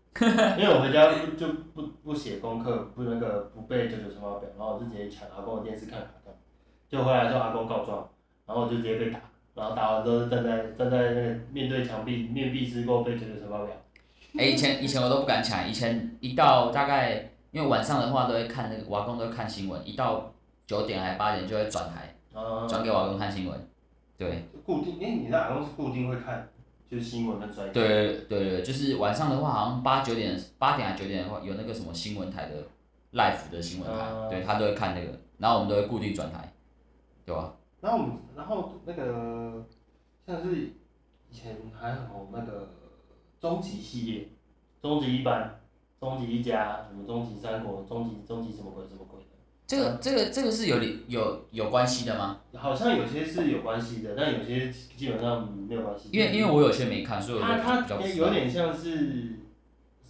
Speaker 1: 因为我回家就就不不写功课，不那个不背九九乘法表，然后我就直接抢阿公的电视看卡通，就回来之后阿公告状，然后我就直接被打，然后打完之后就站在站在那个面对墙壁面壁思过背九九乘法表，
Speaker 2: 哎、以前以前我都不敢抢，以前一到大概，因为晚上的话都会看那个，我阿公都会看新闻，一到九点还八点就会转台，
Speaker 1: 啊，
Speaker 2: 转给我阿公看新闻。对
Speaker 1: 固定，因为你那好像是固定会看，就是新闻跟专业。
Speaker 2: 对对对对，就是晚上的话，好像八九点八点还九点的话，有那个什么新闻台的 live 的新闻台，
Speaker 1: 嗯
Speaker 2: 对他都会看那个，然后我们都会固定转台，对吧、
Speaker 1: 然后我们，然后那个像是以前还很红那个终极系列，终极一班、终极一家，什么终极三国、终极终极什么鬼什么鬼的，
Speaker 2: 这个这个这个是有理有有关系的吗？
Speaker 1: 好像有些是有关系的，但有些基本上没有关系。
Speaker 2: 因为因为我有些没看，所以我
Speaker 1: 它
Speaker 2: 就比
Speaker 1: 它
Speaker 2: 较不知道
Speaker 1: 有点像是，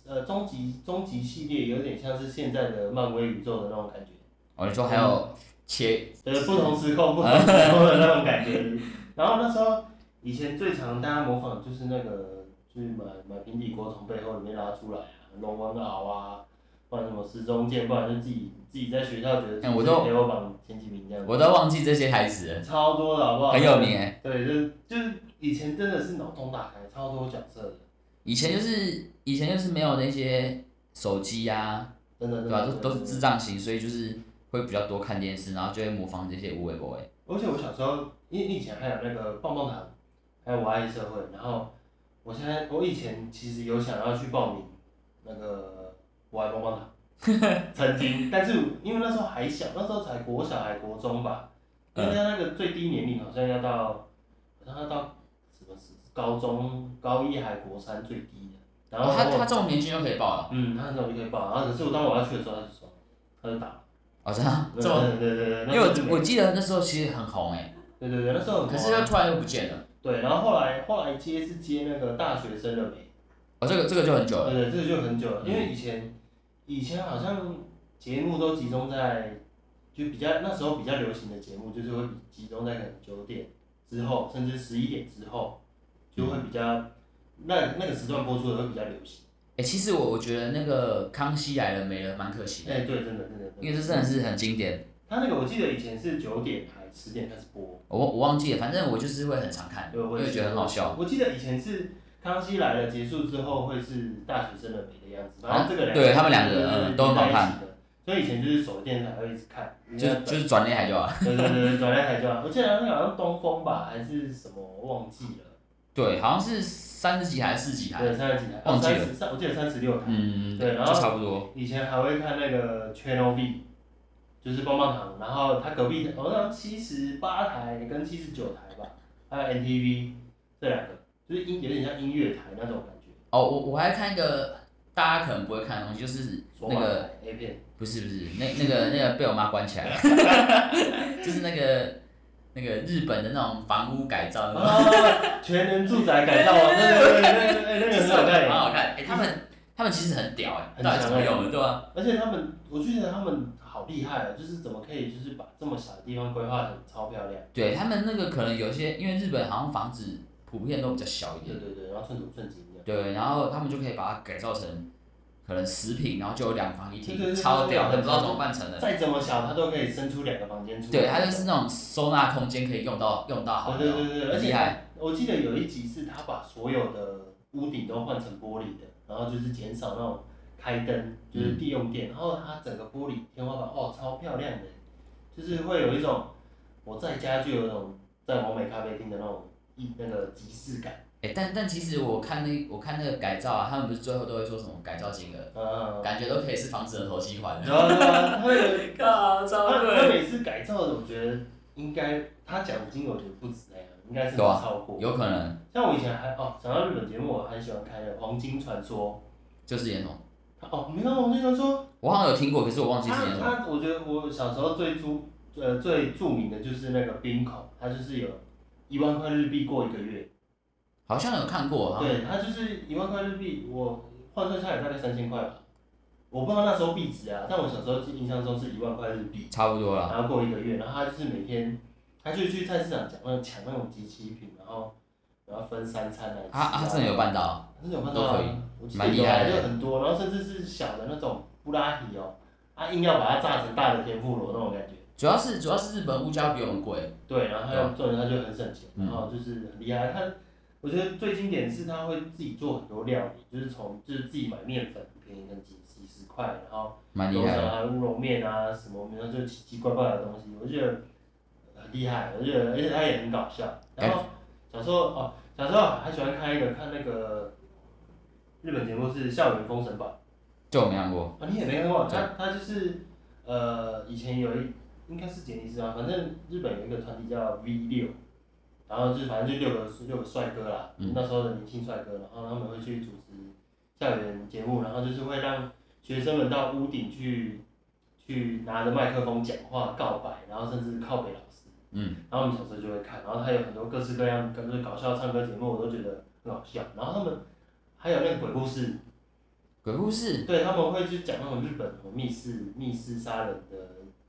Speaker 1: 呃，终极终极系列有点像是现在的漫威宇宙的那种感觉。
Speaker 2: 哦，你说还有切
Speaker 1: 呃，不同时空、不同时空的那种感觉。 [LAUGHS] 然后那时候以前最常大家模仿就是那个，就是买买平底锅从背后里面拉出来啊，龙王鳌啊，不然什么时钟剑，不然就自己自己在学校觉得自己
Speaker 2: 哎我
Speaker 1: 是
Speaker 2: 都
Speaker 1: 陪我榜前几名这样子，
Speaker 2: 我都忘记这些台词了，
Speaker 1: 超多的好嗯不好？
Speaker 2: 很有。名哎。
Speaker 1: 对，就是就是以前真的是脑洞大开，超多角色的，
Speaker 2: 以前就是以前就是没有那些手机呀、
Speaker 1: 真的
Speaker 2: 对
Speaker 1: 真
Speaker 2: 吧、
Speaker 1: 的
Speaker 2: 都
Speaker 1: 真的
Speaker 2: 都是智障型，所以就是会比较多看电视，然后就会模仿这些无为 boy。
Speaker 1: 而且我小时候，因为以前还有那个棒棒糖，还有我爱社会，然后我现在我以前其实有想要去报名那个我爱棒棒
Speaker 2: [LAUGHS]
Speaker 1: 糖，曾经，但是因为那时候还小，那时候才国小还国中吧，
Speaker 2: 嗯
Speaker 1: 因为他那个最低年龄好像要到，好像要到什么时高中高一还国三最低的，然后
Speaker 2: 哦，他他
Speaker 1: 我
Speaker 2: 这种年纪就可以报了，
Speaker 1: 嗯他很早就可以报，然后可是我当我要去的时候他就说他就打了，
Speaker 2: 哦，真的这么，
Speaker 1: 对对对对，
Speaker 2: 因
Speaker 1: 那
Speaker 2: 为
Speaker 1: 时候就没
Speaker 2: 我我记得那时候其实很红哎，
Speaker 1: 对对对那时候很
Speaker 2: 可是
Speaker 1: 红啊
Speaker 2: 又突然又不见了。
Speaker 1: 对，然后后来后来接是接那个大学生了没？
Speaker 2: 哦，这个这个就很久了，
Speaker 1: 对对，这个就很久了，因为
Speaker 2: 嗯
Speaker 1: 以前以前好像节目都集中在就比较那时候比较流行的节目，就是会集中在可能九点之后，甚至十一点之后，就会比较、那那个时段播出的会比较流行。
Speaker 2: 哎，其实我我觉得那个《康熙来了》没了，蛮可惜的，
Speaker 1: 哎、对，真的真的，真的
Speaker 2: 因为这真的是很经典，
Speaker 1: 他那个我记得以前是九点还十点开始播，
Speaker 2: 我忘我忘记了，反正我就是会很常看，
Speaker 1: 对，
Speaker 2: 因
Speaker 1: 我
Speaker 2: 为
Speaker 1: 也
Speaker 2: 觉得很好笑。。
Speaker 1: 我记得以前是《康熙来了》结束之后会是大学生的美的样子，反正这个两个
Speaker 2: 哦对他们两个
Speaker 1: 对对对
Speaker 2: 嗯都很好看
Speaker 1: 在一起的。所以以前就是守电台会一直看，
Speaker 2: 就
Speaker 1: 人
Speaker 2: 是
Speaker 1: 家
Speaker 2: 就是转恋爱就好了。
Speaker 1: 对对对对转来台就好。我记得那个好像东风吧，还是什么忘记了，
Speaker 2: 对，好像是三十几还是四十几台
Speaker 1: 对，，三十几台，哦
Speaker 2: 忘记了
Speaker 1: 三十三，我记得三十六台。
Speaker 2: 嗯，
Speaker 1: 对然后
Speaker 2: 就差不多。
Speaker 1: 以前还会看那个 Channel V，就是棒棒糖，然后它隔壁台好像七十八台跟七十九台吧，还有 NTV 这两个，就是音有点像音乐台那种感觉。
Speaker 2: 哦，我我还看一个大家可能不会看的东西，就是
Speaker 1: 索
Speaker 2: 那
Speaker 1: 马
Speaker 2: 个
Speaker 1: 台 A 片，
Speaker 2: 不是不是那那个那个被我妈关起来， [LAUGHS] 就是那个那个日本的那种房屋改造那种，
Speaker 1: 啊，全能住宅改
Speaker 2: [LAUGHS]
Speaker 1: 造啊，对对对对对，那个
Speaker 2: 就是
Speaker 1: 很好看
Speaker 2: 蛮
Speaker 1: 耶。
Speaker 2: 好看。哎，他们他们其实很屌哎，
Speaker 1: 很
Speaker 2: 到底
Speaker 1: 强
Speaker 2: 怎么
Speaker 1: 哎
Speaker 2: 用的对吧？
Speaker 1: 而且他们，我就觉得他们好厉害啊，就是怎么可以就是把这么小的地方规划成超漂亮，
Speaker 2: 对他们那个可能有些，因为日本好像房子普遍都比较小一
Speaker 1: 对
Speaker 2: 点，
Speaker 1: 对对，然后寸土寸金的，
Speaker 2: 对，然后他们就可以把它改造成可能食品，然后就有两房一
Speaker 1: 对对对
Speaker 2: 厅，超
Speaker 1: 对
Speaker 2: 屌的，
Speaker 1: 对
Speaker 2: 不知道怎么办成的。
Speaker 1: 再怎么小它都可以生出两个房间出来。
Speaker 2: 对，它就是那种收纳空间可以用到用到好
Speaker 1: 哦
Speaker 2: 的
Speaker 1: 对
Speaker 2: 哦，
Speaker 1: 对对对，而
Speaker 2: 很厉
Speaker 1: 且
Speaker 2: 害。
Speaker 1: 我记得有一集是他把所有的屋顶都换成玻璃的，然后就是减少那种开灯，就是地用电，然后它整个玻璃天花板哦超漂亮的，就是会有一种我在家就有那种在完美咖啡厅的那种一那个即视感，
Speaker 2: 哎，但但其实我看那我看那个改造啊，他们不是最后都会说什么改造金额， [LAUGHS]
Speaker 1: 呃，
Speaker 2: 感觉都可以是房子的头期款。
Speaker 1: 然后呢，他有
Speaker 2: 靠，
Speaker 1: 他他！每次改造的，我觉得应该他讲的金额我觉得不止那样，应该是
Speaker 2: 对啊
Speaker 1: 超过。
Speaker 2: [LAUGHS] 有可能
Speaker 1: 像我以前还哦，讲到日本节目，我很喜欢看的《黄金传说
Speaker 2: 就是严总，》。
Speaker 1: 哦，你没看《黄金传说》？
Speaker 2: 我好像有听过，可是我忘记是
Speaker 1: 他
Speaker 2: 严总。
Speaker 1: 他，我觉得我小时候最著呃最著名的就是那个冰口，他就是有一万块日币过一个月，
Speaker 2: 好像有看过啊哈。
Speaker 1: 对他就是一万块日币，我换算下来大概三千块吧。我不知道那时候币值啊，但我小时候印象中是一万块日币。
Speaker 2: 差不多了，
Speaker 1: 然后过一个月，然后他就是每天，他就去菜市场抢那抢那种集齐品，然后然后分三餐来吃、啊
Speaker 2: 他他真的有办到，
Speaker 1: 他真的有办到啊
Speaker 2: 都可以
Speaker 1: 我记得
Speaker 2: 蛮厉
Speaker 1: 有啊
Speaker 2: 害的
Speaker 1: 就很多，然后甚至是小的那种布拉提哦，他硬要把它炸成大的天妇罗那种感觉。
Speaker 2: 主要是主要是日本物价比我们贵，
Speaker 1: 对，然后他
Speaker 2: 对啊
Speaker 1: 又做人，他就很省钱，
Speaker 2: 嗯
Speaker 1: 然后就是很厉害。他我觉得最经典的是他会自己做很多料理，就是从就是自己买面粉，便宜跟几几十块，然后
Speaker 2: 蛮厉
Speaker 1: 肉
Speaker 2: 害
Speaker 1: 肠
Speaker 2: 的。
Speaker 1: 啊、乌龙面啊什么，然后就奇奇怪怪的东西，我觉得很厉害，我觉得而且他也很搞笑。然
Speaker 2: 哎
Speaker 1: 后小时候哦，小时候还喜欢看一个看那个日本节目是《校园封神榜》。
Speaker 2: 就我没看过，
Speaker 1: 啊，你也没看过，他他就是呃，以前有一应该是杰尼斯啊，反正日本有一个团体叫 V 六，然后就是反正就六个六个帅哥啦，
Speaker 2: 嗯
Speaker 1: 那时候的明星帅哥，然后他们会去主持校园节目，然后就是会让学生们到屋顶去去拿着麦克风讲话告白，然后甚至靠北老师，
Speaker 2: 嗯，
Speaker 1: 然后我们小时候就会看，然后他有很多各式各样各式搞笑唱歌节目，我都觉得很好笑，然后他们还有那个鬼故事。
Speaker 2: 鬼故事
Speaker 1: 对他们会去讲那种日本什么密室、密室杀人的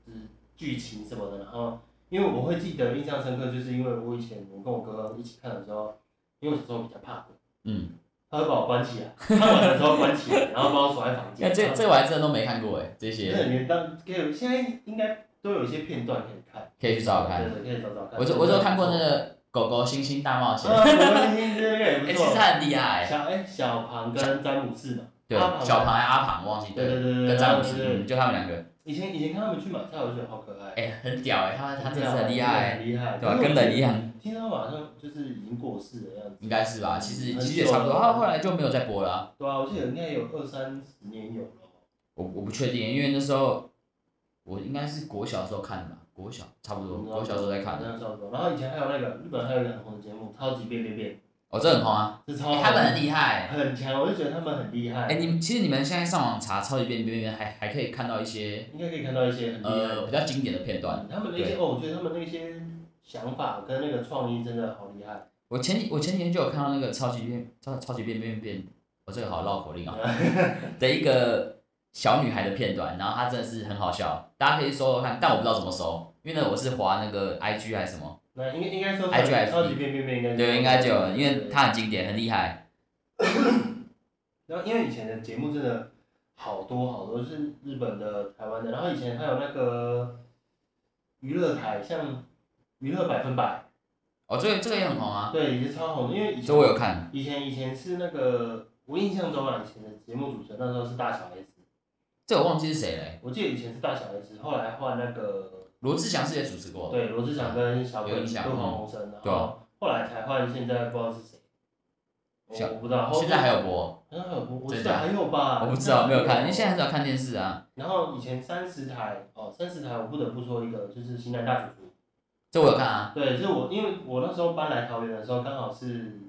Speaker 1: 就是剧情什么的，然后因为我会记得印象深刻，就是因为我以前我跟我哥一起看的时候，因为我小时候比较怕鬼，
Speaker 2: 嗯，
Speaker 1: 他会把我关起来，看完的时候关起来，然后把我锁在房
Speaker 2: 那
Speaker 1: 间。
Speaker 2: 哎这这我还真的都没看过哎，这
Speaker 1: 那
Speaker 2: 些
Speaker 1: 年当可以现在应该都有一些片段可以看，
Speaker 2: 可以去找找看。
Speaker 1: 对对，可以找找看。
Speaker 2: 我就我就看过那个狗狗星星大冒险，
Speaker 1: 啊，我们今天这个也
Speaker 2: [LAUGHS] 哎，
Speaker 1: 不
Speaker 2: 其
Speaker 1: 错
Speaker 2: 实。它很厉害欸，
Speaker 1: 小哎，小庞跟詹姆士嘛，
Speaker 2: 对，
Speaker 1: 阿庞
Speaker 2: 小庞还阿庞我忘记
Speaker 1: 对
Speaker 2: 对，
Speaker 1: 对对对，
Speaker 2: 跟詹姆斯
Speaker 1: 对对对
Speaker 2: 嗯就他们两个，
Speaker 1: 以前以前看他们去买菜，我就觉得好可爱。
Speaker 2: 哎，很屌哎，他他真的是很厉害欸，
Speaker 1: 很厉害，
Speaker 2: 对吧？跟人一样，
Speaker 1: 听说好像就是已经过世的样子，
Speaker 2: 应该是吧？其实
Speaker 1: 很久
Speaker 2: 其实也差不多，
Speaker 1: 了
Speaker 2: 他后来就没有再播了啊。
Speaker 1: 对啊，我记得应该有二三十年有了。
Speaker 2: 我我不确定，因为那时候我应该是国小的时候看的吧，国小差不多，国小的时候在看的。
Speaker 1: 那差不多。然后以前还有那个日本还有一个很红的节目《超级变变变
Speaker 2: 哦，这很红啊，》，
Speaker 1: 这超
Speaker 2: 欸
Speaker 1: 红
Speaker 2: 他们很厉害、
Speaker 1: 很强，我就觉得他们很厉害。
Speaker 2: 哎、你们其实你们现在上网查《超级变变变》，还还可以看到一些
Speaker 1: 应该可以看到一些很厉害
Speaker 2: 呃啊
Speaker 1: 的
Speaker 2: 比较经典的片段。
Speaker 1: 嗯他们那些哦，我觉得他们那些想法跟那个创意真的好厉害。
Speaker 2: 我前几我前几天就有看到那个《超级变超超级变变变》，我、这个好绕口
Speaker 1: [LAUGHS]
Speaker 2: 令啊的一个小女孩的片段，然后她真的是很好笑，大家可以搜搜看，但我不知道怎么搜，因为呢我是滑那个 IG 还是什么，
Speaker 1: 那应该应该说
Speaker 2: IGFB
Speaker 1: 超级变变变应该
Speaker 2: 对，应该就有，因为
Speaker 1: 对
Speaker 2: 它很经典，很厉害。
Speaker 1: 然后因为以前的节目真的好多好多是日本的、台湾的，然后以前还有那个娱乐台，像娱乐百分百，
Speaker 2: 哦，这个这个也很红啊，
Speaker 1: 对，也是超红的，因为以
Speaker 2: 这我
Speaker 1: 前
Speaker 2: 有看，
Speaker 1: 以前以前是那个我印象中啊，以前的节目主持人那时候是大小 S，
Speaker 2: 这我忘记是谁嘞。
Speaker 1: 我记得以前是大小 S，后来换那个
Speaker 2: 罗志祥是也主持过，
Speaker 1: 对罗志祥跟小
Speaker 2: 有
Speaker 1: 鬼
Speaker 2: 印象
Speaker 1: 跟黄鸿升，
Speaker 2: 对
Speaker 1: 然
Speaker 2: 啊
Speaker 1: 后后来才换现在不知道是谁，
Speaker 2: 小
Speaker 1: 我我不知道，后
Speaker 2: 现在还有播，
Speaker 1: 好像还有我我记
Speaker 2: 真的
Speaker 1: 得
Speaker 2: 啊
Speaker 1: 还有吧，
Speaker 2: 我不知道，没有看，因为现
Speaker 1: 在。
Speaker 2: 在很少看电视啊。
Speaker 1: 然后以前三十台哦，三十台我不得不说一个就是西南大主厨，
Speaker 2: 这我有看啊，
Speaker 1: 对，就是我因为我那时候搬来桃园的时候，刚好是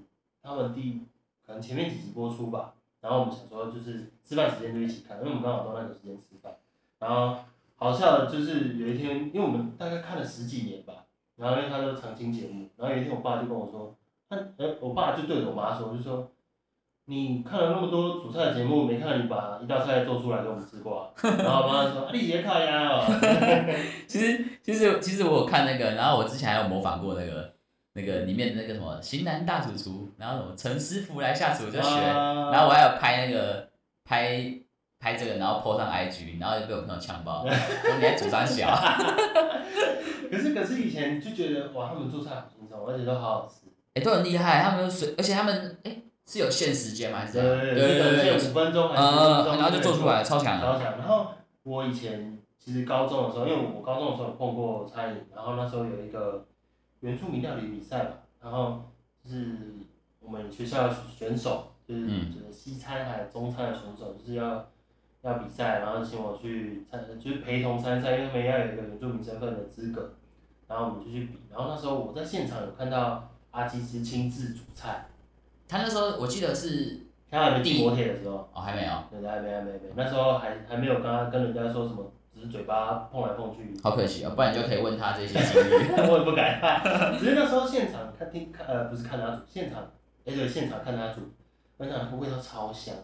Speaker 1: 他们第可能前面几集播出吧，然后我们想说就是吃饭时间就一起看，因为我们刚好都那个时间吃饭。然后好笑的就是有一天，因为我们大概看了十几年吧，然后因为他都常青节目，然后有一天我爸就跟我说，他哎、我爸就对着我妈说，就说。你看了那么多煮菜的节目，没看你把一道菜做出来给我们吃过啊？ [LAUGHS] 然后我妈就说：“啊，你也烤鸭哦。
Speaker 2: 其实其实其实我有看那个，然后我之前还有模仿过那个那个里面的那个什么《型男大主厨》，然后什么陈师傅来下厨，我”就学，
Speaker 1: 啊
Speaker 2: 然后我还有拍那个拍拍这个，然后 po 上 IG，然后就被我朋友呛爆，说你还主张小，
Speaker 1: 可是可是以前就觉得哇，他们做菜好轻松，而且都好好吃。
Speaker 2: 哎，都很厉害，他们都随，而且他们哎是有限时间吗？还是怎样
Speaker 1: 对对对，五分钟还是
Speaker 2: 呃
Speaker 1: 十分，钟，
Speaker 2: 然后就做出来，超强
Speaker 1: 然
Speaker 2: 的。
Speaker 1: 后想，然后我以前其实高中的时候，因为我高中的时候有碰过餐饮，然后那时候有一个原住民料理比赛嘛，然后就是我们学校选手，就是
Speaker 2: 嗯
Speaker 1: 就是西餐还有中餐的选手，就是要要比赛，然后请我去参，就是陪同参赛，因为他们要有一个原住民身份的资格，然后我们就去比，然后那时候我在现场有看到阿基斯亲自煮菜，
Speaker 2: 他那时候我记得是
Speaker 1: 他还没进国铁的时候。
Speaker 2: 哦还没有，
Speaker 1: 对，还没还没还没，那时候还还没有跟他跟人家说什么，只是嘴巴碰来碰去， [LAUGHS]
Speaker 2: 好可惜哦，不然你就可以问他这些经历。
Speaker 1: 我也不敢。 [LAUGHS] 只是那时候现场看听看呃不是看他煮，现场哎对，现场看他煮，我想那个味道超香，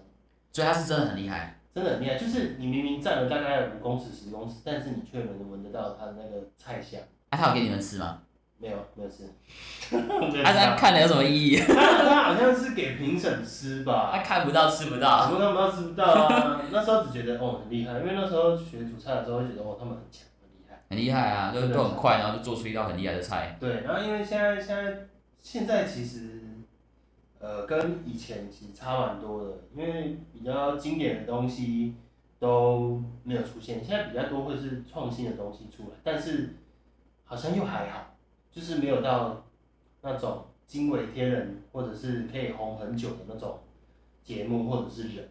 Speaker 2: 所以他是真的很厉害，
Speaker 1: 真的很厉害。就是你明明站了大概五公尺十公尺，但是你却能闻得到他的那个菜香。
Speaker 2: 啊，他有给你们吃吗？
Speaker 1: 没有没有吃， [LAUGHS]
Speaker 2: 啊，他看了有什么意义？
Speaker 1: 他他好像是给评审吃吧，
Speaker 2: [LAUGHS] 他看不到吃不到，
Speaker 1: 我们他们都吃不到啊。 [LAUGHS] 那时候只觉得哦很厉害，因为那时候学煮菜的时候就觉得哦他们很强很厉害。
Speaker 2: 很厉害啊，就都很哎快，然后就做出一道很厉害的菜。
Speaker 1: 对，然后因为现在现在现在其实呃跟以前其实差蛮多的，因为比较经典的东西都没有出现，现在比较多会是创新的东西出来，但是好像又还好，就是没有到那种惊为天人或者是可以红很久的那种节目或者是人，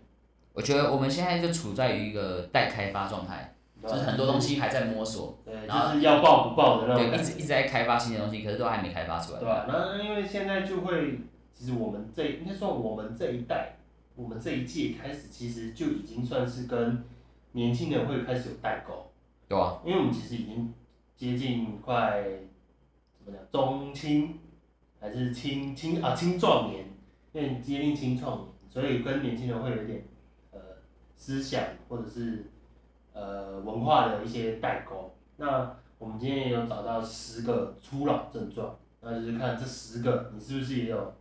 Speaker 2: 我觉得我们现在就处在于一个待开发状态，
Speaker 1: 你
Speaker 2: 就
Speaker 1: 知道
Speaker 2: 是
Speaker 1: 吗
Speaker 2: 很多东，西还在摸索，
Speaker 1: 对，
Speaker 2: 然后
Speaker 1: 就是要爆不爆的那种
Speaker 2: 对，
Speaker 1: 感
Speaker 2: 一直
Speaker 1: 觉
Speaker 2: 一。直在开发新的东西，可是都还没开发出来。
Speaker 1: 对吧、那因为现在就会，其实我们这应该算我们这一代，我们这一届开始，其实就已经算是跟年轻人会开始有代沟，
Speaker 2: 对啊，
Speaker 1: 因为我们其实已经接近快怎么讲中青还是青青啊青壮年，因为接近青壮年，所以跟年轻人会有点呃思想或者是呃文化的一些代沟。那我们今天也有找到十个初老症状，那就是看这十个你是不是也有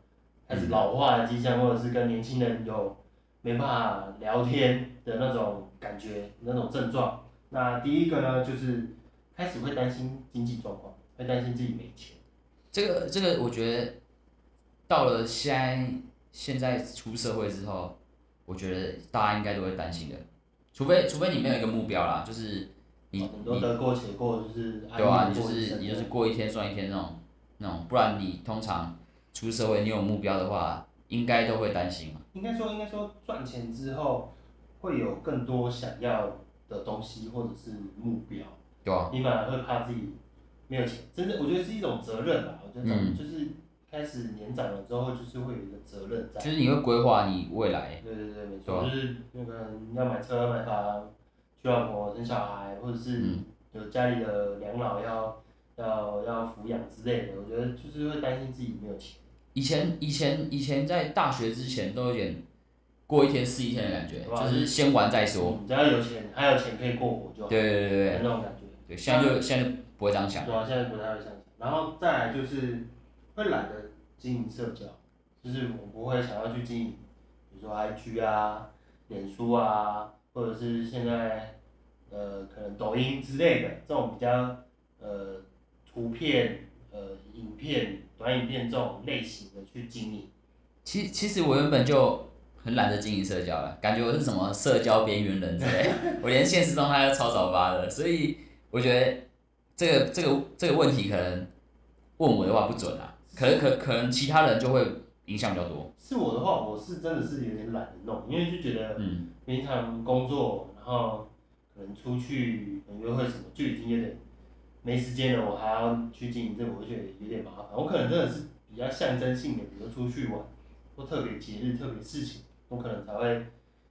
Speaker 1: 开始老化的迹象，或者是跟年轻人有没办法聊天的那种感觉、那种症状。那第一个呢，就是开始会担心经济状况，会担心自己没钱。
Speaker 2: 这个这个，我觉得到了现在现在出社会之后，我觉得大家应该都会担心的，除非除非你没有一个目标啦，就是你
Speaker 1: 哦很多
Speaker 2: 你
Speaker 1: 得过且过，就是安
Speaker 2: 对啊，
Speaker 1: 逸地
Speaker 2: 你就
Speaker 1: 过一
Speaker 2: 是
Speaker 1: 生
Speaker 2: 你就是过一天算一天那种那种，不然你通常出社会你有目标的话，应该都会担心嘛。
Speaker 1: 应该说，应该说赚钱之后会有更多想要的东西或者是目标，
Speaker 2: 对啊，
Speaker 1: 你反而会怕自己没有钱，真的，我觉得是一种责任吧。我觉得
Speaker 2: 嗯
Speaker 1: 就是开始年长了之后，就是会有一个责任在。
Speaker 2: 就是你会规划你未来，
Speaker 1: 对对对，没
Speaker 2: 对
Speaker 1: 错，
Speaker 2: 啊
Speaker 1: 就是那个你要买车、买房、娶老婆、生小孩，或者是
Speaker 2: 嗯
Speaker 1: 有家里的养老要要要抚养之类的，我觉得就是会担心自己没有钱，
Speaker 2: 以前以前以前在大学之前都有点过一天是一天的感觉，
Speaker 1: 对啊
Speaker 2: 就是先玩再说。
Speaker 1: 你只要有钱，还有啊钱可以过活就好，
Speaker 2: 对对对对
Speaker 1: 那
Speaker 2: 对
Speaker 1: 种感觉。
Speaker 2: 对，现在就现在就不会这样想。
Speaker 1: 对啊，现在不太会相信。然后再来就是会懒得经营社交，就是我不会想要去经营，比如说 IG 啊、脸书啊，或者是现在呃可能抖音之类的这种比较呃图片、呃影片、短影片这种类型的去经营。
Speaker 2: 其其实我原本就很懒得经营社交了，感觉我是什么社交边缘人之类的， [LAUGHS] 我连现实动态都超少发的，所以我觉得这个这个这个问题可能问我的话不准啊，可可可能其他人就会影响比较多，
Speaker 1: 是我的话，我是真的是有点懒得弄，因为就觉得
Speaker 2: 嗯，
Speaker 1: 平常工作，然后可能出去可能约会什么，就已经有点没时间了，我还要去经营这个，我就觉得有点麻烦。我可能真的是比较象征性的，比如出去玩或特别节日、特别事情，我可能才会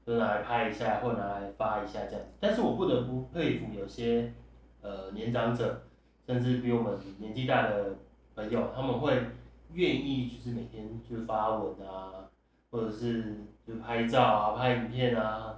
Speaker 1: 就拿来拍一下或拿来发一下这样子。但是我不得不佩服有些呃年长者，甚至比我们年纪大的朋友，他们会愿意就是每天就是发文啊，或者是就拍照啊、拍影片啊，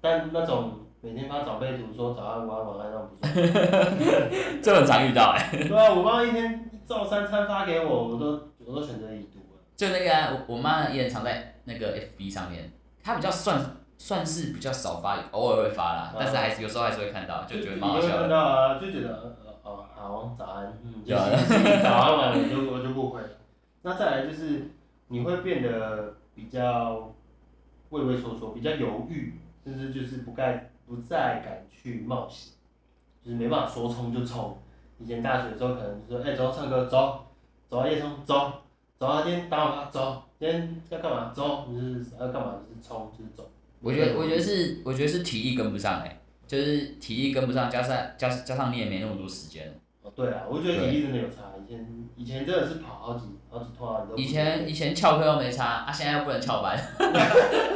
Speaker 1: 但那种每天发长辈图说早安、午安、晚安那种不算。
Speaker 2: 这很常遇到哎、
Speaker 1: 对啊，我妈一天一照三餐发给我，我都我都选择已读了。
Speaker 2: 就那个啊、我我妈也很常在那个 FB 上面，她比较算算是比较少发，偶尔会发啦，但是还是有时候还是会看到，啊就觉得蛮好
Speaker 1: 你会
Speaker 2: 笑
Speaker 1: 看
Speaker 2: 的，
Speaker 1: 到啊，就觉得呃哦好早安，嗯，就
Speaker 2: 对啊
Speaker 1: 是就是早安晚安我就我就不回了。 [LAUGHS] 那再来就是你会变得比较畏畏缩缩，比较犹豫，甚至就是不敢不再敢去冒险，就是没办法说冲就冲。以前大学的时候可能就说，哎、走唱歌走，走啊夜冲走，走啊今天打网咖走，今天要干嘛走，就是要干嘛就是冲就是走。
Speaker 2: 我觉得，我觉得是，我觉得是体力跟不上哎、就是体力跟不上，加上加加上你也没那么多时间。
Speaker 1: 哦，对啊，我觉得
Speaker 2: 对
Speaker 1: 体力真的有差。以前以前真的是跑好几好几趟啊，你都不
Speaker 2: 以前以前翘课又没差，啊，现在又不能翘班。 [LAUGHS]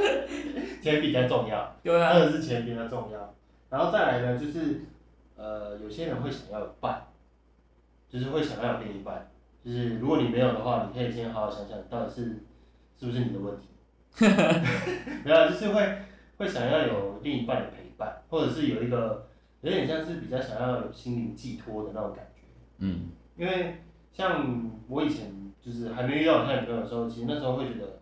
Speaker 1: 钱比较重要，
Speaker 2: 对啊
Speaker 1: 真，的是钱比较重要。然后再来呢，就是呃，有些人会想要有伴，就是会想要有另一半。就是如果你没有的话，你可以先好好想想，到底是是不是你的
Speaker 2: [LAUGHS]
Speaker 1: 问题。没有啊，就是会会想要有另一半的陪伴，或者是有一个有点像是比较想要有心灵寄托的那种感觉。
Speaker 2: 嗯，
Speaker 1: 因为像我以前就是还没遇到我现在女朋友的时候，其实那时候会觉得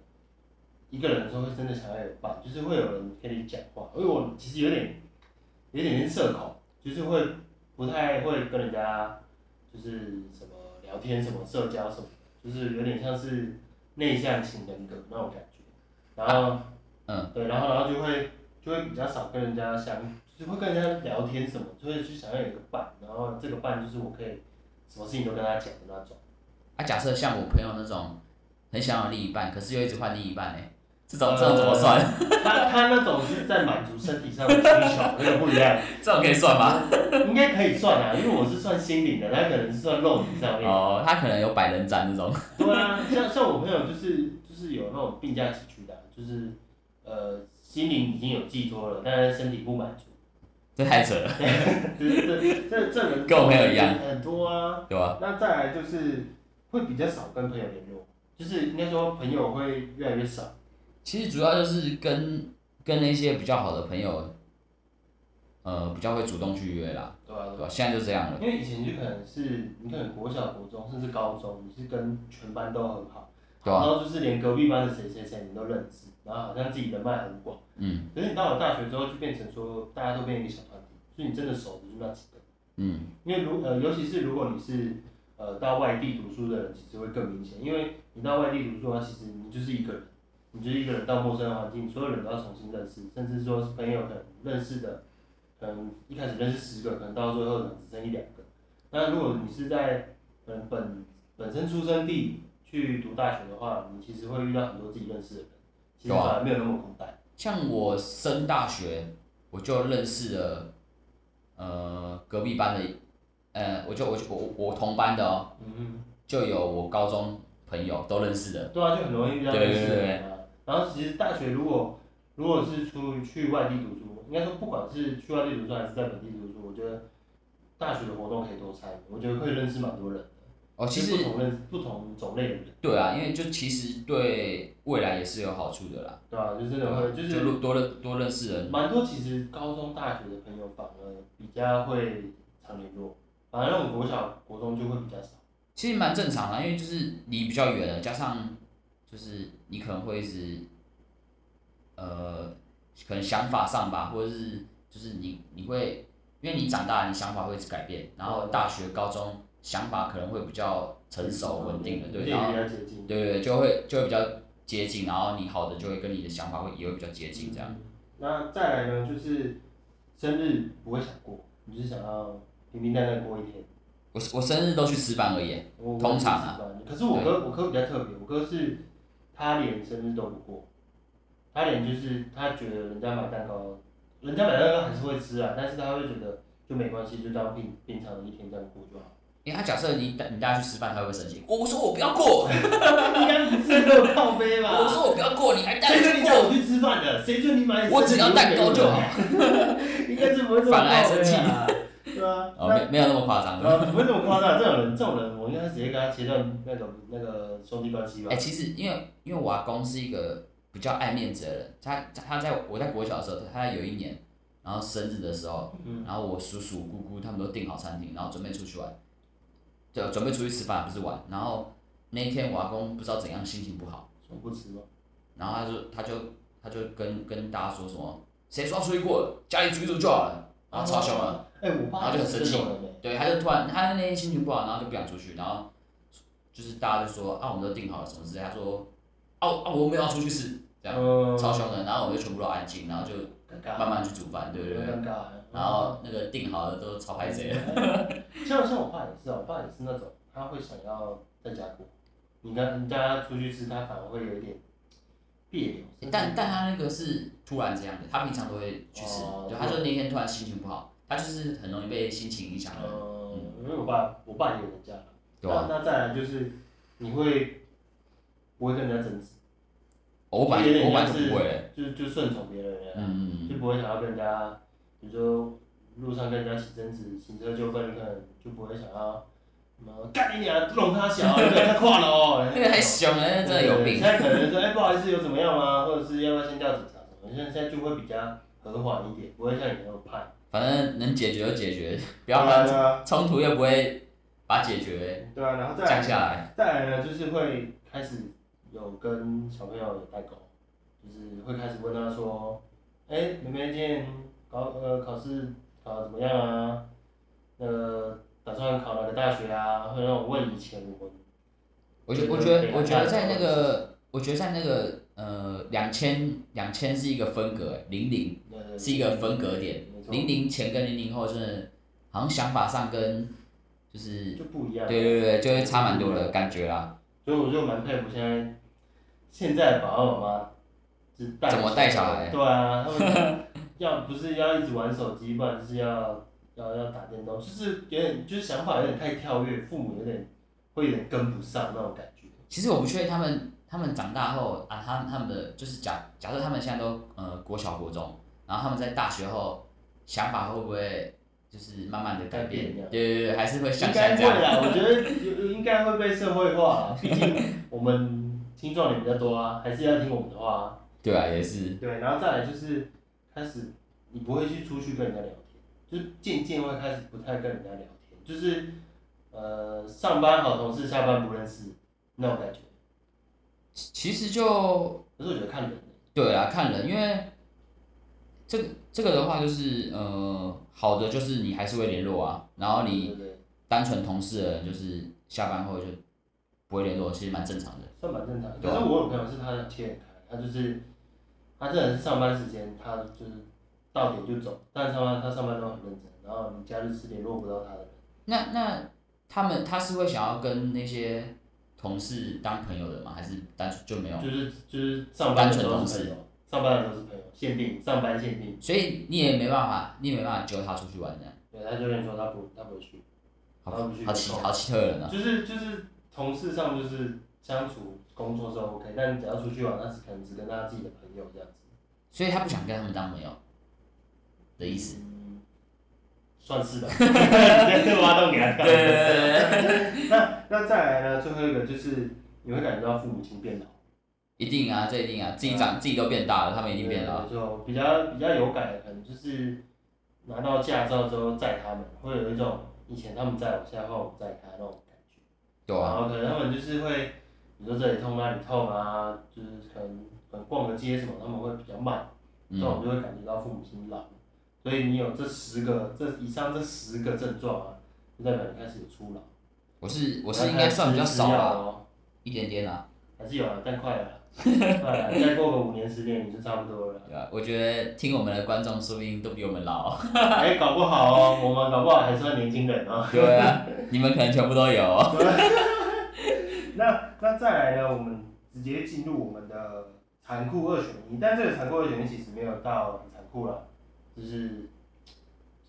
Speaker 1: 一个人的时候会真的想要有伴，就是会有人跟你讲话。因为我其实有点有点点社恐，就是会不太会跟人家就是什么聊天、什么社交什么，就是有点像是内向型人格那种感觉，然后、
Speaker 2: 嗯，
Speaker 1: 对，然后然后就会就会比较少跟人家相，就是会跟人家聊天什么，就会去想要有一个伴，然后这个伴就是我可以什么事情都跟他讲的那种。
Speaker 2: 啊，假设像我朋友那种很想有另一半，可是又一直换另一半哎、这种这种怎么算？ [LAUGHS]
Speaker 1: 他他那种是在满足身体上的需求，那个不一样，
Speaker 2: 这种可以算吗？
Speaker 1: 应该可以算啊，因为我是算心灵的，他可能是算肉体上面。
Speaker 2: 哦，他可能有百人斩那种。
Speaker 1: 对啊，像像我朋友就是就是有那种病假崎岖的啊，就是呃心灵已经有寄托了，但是身体不满足， [LAUGHS]
Speaker 2: 这太扯了，
Speaker 1: 这这这这人
Speaker 2: 跟我朋友一样
Speaker 1: 很多啊。
Speaker 2: 对吧？
Speaker 1: 那再来就是会比较少跟朋友联络，就是应该说朋友会越来越少。
Speaker 2: 其实主要就是跟跟那些比较好的朋友，呃，比较会主动去约啦，
Speaker 1: 对啊
Speaker 2: 对吧？现在就这样了，
Speaker 1: 因为以前就可能是你可能国小、国中甚至高中，你是跟全班都很好，
Speaker 2: 对吧、
Speaker 1: 然后就是连隔壁班的谁谁谁你都认识，然后好像自己人脉很广。
Speaker 2: 嗯
Speaker 1: 可是你到了大学之后，就变成说大家都变成一个小团体，所以你真的熟的就那几个。
Speaker 2: 嗯，
Speaker 1: 因为如呃，尤其是如果你是呃到外地读书的人，其实会更明显，因为你到外地读书的话，其实你就是一个人，你就是一个人到陌生的环境，所有人都要重新认识，甚至说是朋友可能认识的，可能一开始认识十个，可能到最后可能只剩一两个。那如果你是在可能本本身出生地去读大学的话，你其实会遇到很多自己认识的人，其实
Speaker 2: 对啊
Speaker 1: 反而没有那么孤单。
Speaker 2: 像我升大学，我就认识了，呃，隔壁班的，呃，我就我就我我同班的哦，
Speaker 1: 嗯
Speaker 2: 就有我高中朋友都认识的，
Speaker 1: 对啊，就很容易遇到认识的人啊。然后其实大学如果如果是出去外地读书，应该说不管是去外地读书还是在本地读书，我觉得大学的活动可以多参与，我觉得会认识蛮多人的。
Speaker 2: 哦，其
Speaker 1: 就
Speaker 2: 实
Speaker 1: 是不同认不同种类的人，
Speaker 2: 对啊，因为就其实对未来也是有好处的啦，
Speaker 1: 对吧、就真
Speaker 2: 对
Speaker 1: 的
Speaker 2: 吧
Speaker 1: 会就
Speaker 2: 就是多多认多认识人，
Speaker 1: 蛮多其实高中大学的朋友反而比较会常联络，反而那种国小国中就会比较少。
Speaker 2: 其实蛮正常的，因为就是离比较远了，加上就是你可能会一直，呃，可能想法上吧，或者是就是你你会，因为你长大，你想法会一直改变，然后大学、高中想法可能会比较成
Speaker 1: 啊
Speaker 2: 熟稳定了，
Speaker 1: 而
Speaker 2: 对，
Speaker 1: 且也
Speaker 2: 然后
Speaker 1: 比较接近。
Speaker 2: 对对对，就会就会比较接近，然后你好的就会跟你的想法会也会比较接近这样。
Speaker 1: 嗯那再来呢，就是生日不会想过，你就是想要平平淡淡过一天。
Speaker 2: 我我生日都去吃饭而已，
Speaker 1: 我我
Speaker 2: 通常啊
Speaker 1: 自己习惯可是我哥我哥比较特别，我哥是他连生日都不过，他连就是他觉得人家买蛋糕，人家买蛋糕还是会吃啊，但是他会觉得就没关系，就当平平常的一天这样过就好。
Speaker 2: 因为他假设你带你带他去吃饭，他会不会生气？我我说我不要过，
Speaker 1: 应该不是个靠背吧？
Speaker 2: 我说我不要过，你还带
Speaker 1: 谁
Speaker 2: 我
Speaker 1: 准
Speaker 2: 去
Speaker 1: 你
Speaker 2: 过
Speaker 1: 带。我去吃饭的？谁准你买？
Speaker 2: 我只要蛋糕就好，
Speaker 1: 应该是不会这么
Speaker 2: 反而还
Speaker 1: 靠背
Speaker 2: 生气
Speaker 1: 啊。对啊，
Speaker 2: 哦，没没有那么夸张。
Speaker 1: 呃，不会这么夸张，这种人，这种人，我应该直接跟他切断那种那个兄弟关系吧
Speaker 2: 哎、。其实因为因为我阿公是一个比较爱面子的人，他他在我在国小的时候，他有一年，然后生日的时候，
Speaker 1: 嗯
Speaker 2: 然后我叔叔姑姑他们都订好餐厅，然后准备出去玩，对，准备出去吃饭不是玩。然后那一天我阿公不知道怎样心情不好，
Speaker 1: 我不吃吗？
Speaker 2: 然后他就他就他就跟跟大家说什么，谁说要出去过了，家里煮一煮就好了，然后超凶了。
Speaker 1: 哎，我爸
Speaker 2: 然后就很
Speaker 1: 是
Speaker 2: 生气
Speaker 1: 这种人欸
Speaker 2: 对，他就突然他那天心情不好，然后就不想出去，然后就是大家就说啊，我们都订好了什么之类，他说啊我啊我没有要出去吃，这样
Speaker 1: 嗯，
Speaker 2: 超凶的，然后我们就全部都安静，然后就
Speaker 1: 尴尬，
Speaker 2: 慢慢去煮饭，对不对？
Speaker 1: 尴尬啊。
Speaker 2: 然后那个订好的都超拍贼了， [LAUGHS]
Speaker 1: 像像我爸也是啊，我爸也是那种他会想要在家过，你跟你带他出去吃，他反而会有一点别扭。嗯
Speaker 2: 但但他那个是突然这样的，他平常都会去吃，
Speaker 1: 哦
Speaker 2: 对，他就那天突然心情不好，他就是很容易被心情影响了，
Speaker 1: 嗯，因为我爸我爸也有人家，
Speaker 2: 对啊吧？
Speaker 1: 那那再来就是你会不会跟人家争执，
Speaker 2: 我本
Speaker 1: 有
Speaker 2: 来
Speaker 1: 点
Speaker 2: 我本来
Speaker 1: 像
Speaker 2: 就是不会，
Speaker 1: 就就顺从别人啊。
Speaker 2: 嗯，
Speaker 1: 就不会想要跟人家，比如说路上跟人家起争执、行车纠纷，可能就不会想要什么干你娘，弄他小，你给他跨了哦。
Speaker 2: 嗯那个 [LAUGHS] 太凶了，那个真的有
Speaker 1: 对
Speaker 2: 病
Speaker 1: 现。在可能说，哎、不好意思，有怎么样吗？或者是要不要先叫警察什么？现在现在就会比较和缓一点，不会像你那么叛。
Speaker 2: 反正能解决就解决，不
Speaker 1: 不
Speaker 2: 要让
Speaker 1: 啊，
Speaker 2: 冲突又不会把解决
Speaker 1: 对啊，然后
Speaker 2: 降下来。
Speaker 1: 再来呢，就是会开始有跟小朋友有代沟，就是会开始问他说，哎、妹妹今天考呃考试考得怎么样啊？那个打算考哪个大学啊？会让我问以前我们
Speaker 2: 我觉我觉得我觉得在那个我觉得在那个呃两千两千是一个分隔，零零是一个分隔点，零零前跟零零后真的好像想法上跟就是
Speaker 1: 就不一样。
Speaker 2: 对对对，就会差蛮多的感觉啦。
Speaker 1: 所以我就蛮佩服现在现在爸爸妈妈是带
Speaker 2: 怎么带小孩
Speaker 1: 对啊，他们要 [LAUGHS] 不是要一直玩手机，不然就是要要要打电动，就是有点就是想法有点太跳跃，父母有点会有点跟不上那种感觉。
Speaker 2: 其实我不确定他们他们长大后啊，他们他们的就是假假设他们现在都呃国小国中，然后他们在大学后想法会不会就是慢慢的改变
Speaker 1: 改变这？样
Speaker 2: 对对对，还是会像
Speaker 1: 应
Speaker 2: 现在
Speaker 1: 该
Speaker 2: 这
Speaker 1: 会
Speaker 2: 样。
Speaker 1: 啦，我觉 [LAUGHS] 得有应该会被社会化啊啦，毕竟我们听众也比较多啊，还是要听我们的话、啊。
Speaker 2: 对啊，也是。
Speaker 1: 对，然后再来就是开始你不会去出去跟人家聊天，就是渐渐会开始不太跟人家聊天，就是呃上班好同事，下班不认识那种感觉。
Speaker 2: 其实就
Speaker 1: 可是我觉得看人欸，
Speaker 2: 对啊，看人，因为这个这个的话就是呃，好的就是你还是会联络啊，然后
Speaker 1: 对
Speaker 2: 你
Speaker 1: 不对？
Speaker 2: 单纯同事的人就是下班后就不会联络，其实蛮正常的。
Speaker 1: 算蛮正常的。
Speaker 2: 对
Speaker 1: 可
Speaker 2: 啊
Speaker 1: 是我有朋友是他切很开，他就是他真的是上班时间，他就是到点就走，但是上班他上班都很认真，然后你假日是联络不到他的人。
Speaker 2: 那那他们他是会想要跟那些同事当朋友的吗？还是单纯就没有？
Speaker 1: 就是就是上班的时候是
Speaker 2: 单纯同
Speaker 1: 朋
Speaker 2: 事
Speaker 1: 友，上班的时候是朋友，限定上班限定，
Speaker 2: 所以你也没办法，你也没办法揪他出去玩的，
Speaker 1: 对，他就跟你说他不他不会去，
Speaker 2: 好
Speaker 1: 他不去
Speaker 2: 好奇
Speaker 1: 没空
Speaker 2: 好奇特人啊！
Speaker 1: 就是就是同事上就是相处工作是 OK，但只要出去玩，他只可能只跟他自己的朋友这样子，
Speaker 2: 所以他不想跟他们当朋友的意思。
Speaker 1: 嗯，算是
Speaker 2: [LAUGHS]
Speaker 1: 吧，直接挖洞给他跳。
Speaker 2: 对对，
Speaker 1: [LAUGHS] 那那再来呢？最后一个就是你会感觉到父母亲变老，
Speaker 2: 一定啊，这一定啊，自己长自己都变大了，他们一定变老。
Speaker 1: 对就比较比较有感的，可能就是拿到驾照之后载他们，会有一种以前他们载我，现在换我载他那种感觉。
Speaker 2: 对啊，
Speaker 1: 然后可能他们就是会，比如说这里痛那里痛啊，就是可能可能逛个街什么，他们会比较慢，这
Speaker 2: 嗯，
Speaker 1: 种就会感觉到父母亲老。所以你有这十个，这以上这十个症状啊，就代表你开始有初老。
Speaker 2: 我是我
Speaker 1: 然
Speaker 2: 嗯是
Speaker 1: 后
Speaker 2: 应该算比较少啊
Speaker 1: 开始吃药
Speaker 2: 啦，
Speaker 1: 哦，
Speaker 2: 一点点啦。
Speaker 1: 还是有啊，但快了啦，快了啦，再过个五年十年你就差不多了啦。
Speaker 2: 对啊，我觉得听我们的观众说不定都比我们老。
Speaker 1: 哎，搞不好哦，我们搞不好还算年轻人哦。
Speaker 2: 对啊， [LAUGHS] 你们可能全部都有哦。
Speaker 1: [LAUGHS] 那那再来呢，我们直接进入我们的残酷二选一，但这个残酷二选一其实没有到很残酷啦，就是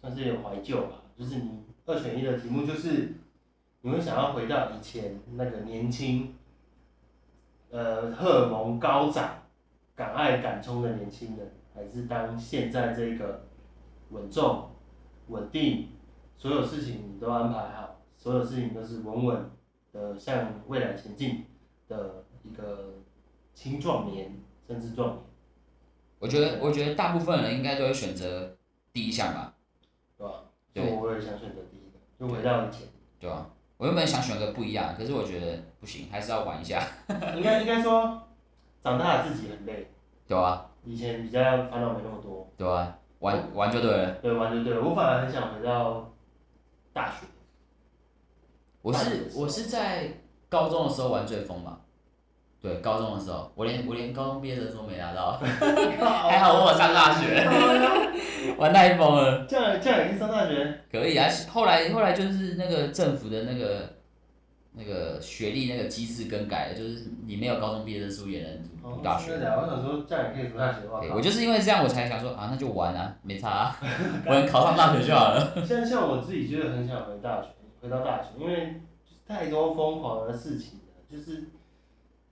Speaker 1: 算是有怀旧吧。就是你二选一的题目就是，你会想要回到以前那个年轻，呃，荷尔蒙高涨、敢爱敢冲的年轻人，还是当现在这个稳重、稳定，所有事情你都安排好，所有事情都是稳稳呃，向未来前进的一个青壮年，甚至壮年，
Speaker 2: 我觉得我觉得大部分人应该都会选择第一项吧。
Speaker 1: 对吧？
Speaker 2: 对
Speaker 1: 所以我也想选择第一个，就回到以前。
Speaker 2: 对啊，我原本想选个不一样，可是我觉得不行，还是要玩一下，
Speaker 1: 应该应该说，长大的自己很累，
Speaker 2: 对啊，
Speaker 1: 以前比较烦恼没那么多，
Speaker 2: 对啊，玩玩就对了。
Speaker 1: 对，完全对了。我反而很想回到大学，
Speaker 2: 我是我是在高中的时候玩最疯嘛，对，高中的时候，我连我连高中毕业证都没拿到， [LAUGHS] 还
Speaker 1: 还
Speaker 2: 好我有上大学，玩太疯了。
Speaker 1: 这样这样也可以上大学，
Speaker 2: 可以啊，后来后来就是那个政府的那个那个学历那个机制更改了，就是你没有高中毕业证书也能读读大学。
Speaker 1: 哦真的假的我想说这样也可以读大学的话
Speaker 2: 对，我就是因为这样，我才想说啊，那就玩啊，没差、啊，
Speaker 1: [LAUGHS]
Speaker 2: 我能考上大学就好了。
Speaker 1: 像像我自己就是很想回大学，回到大学，因为就是太多疯狂的事情了，就是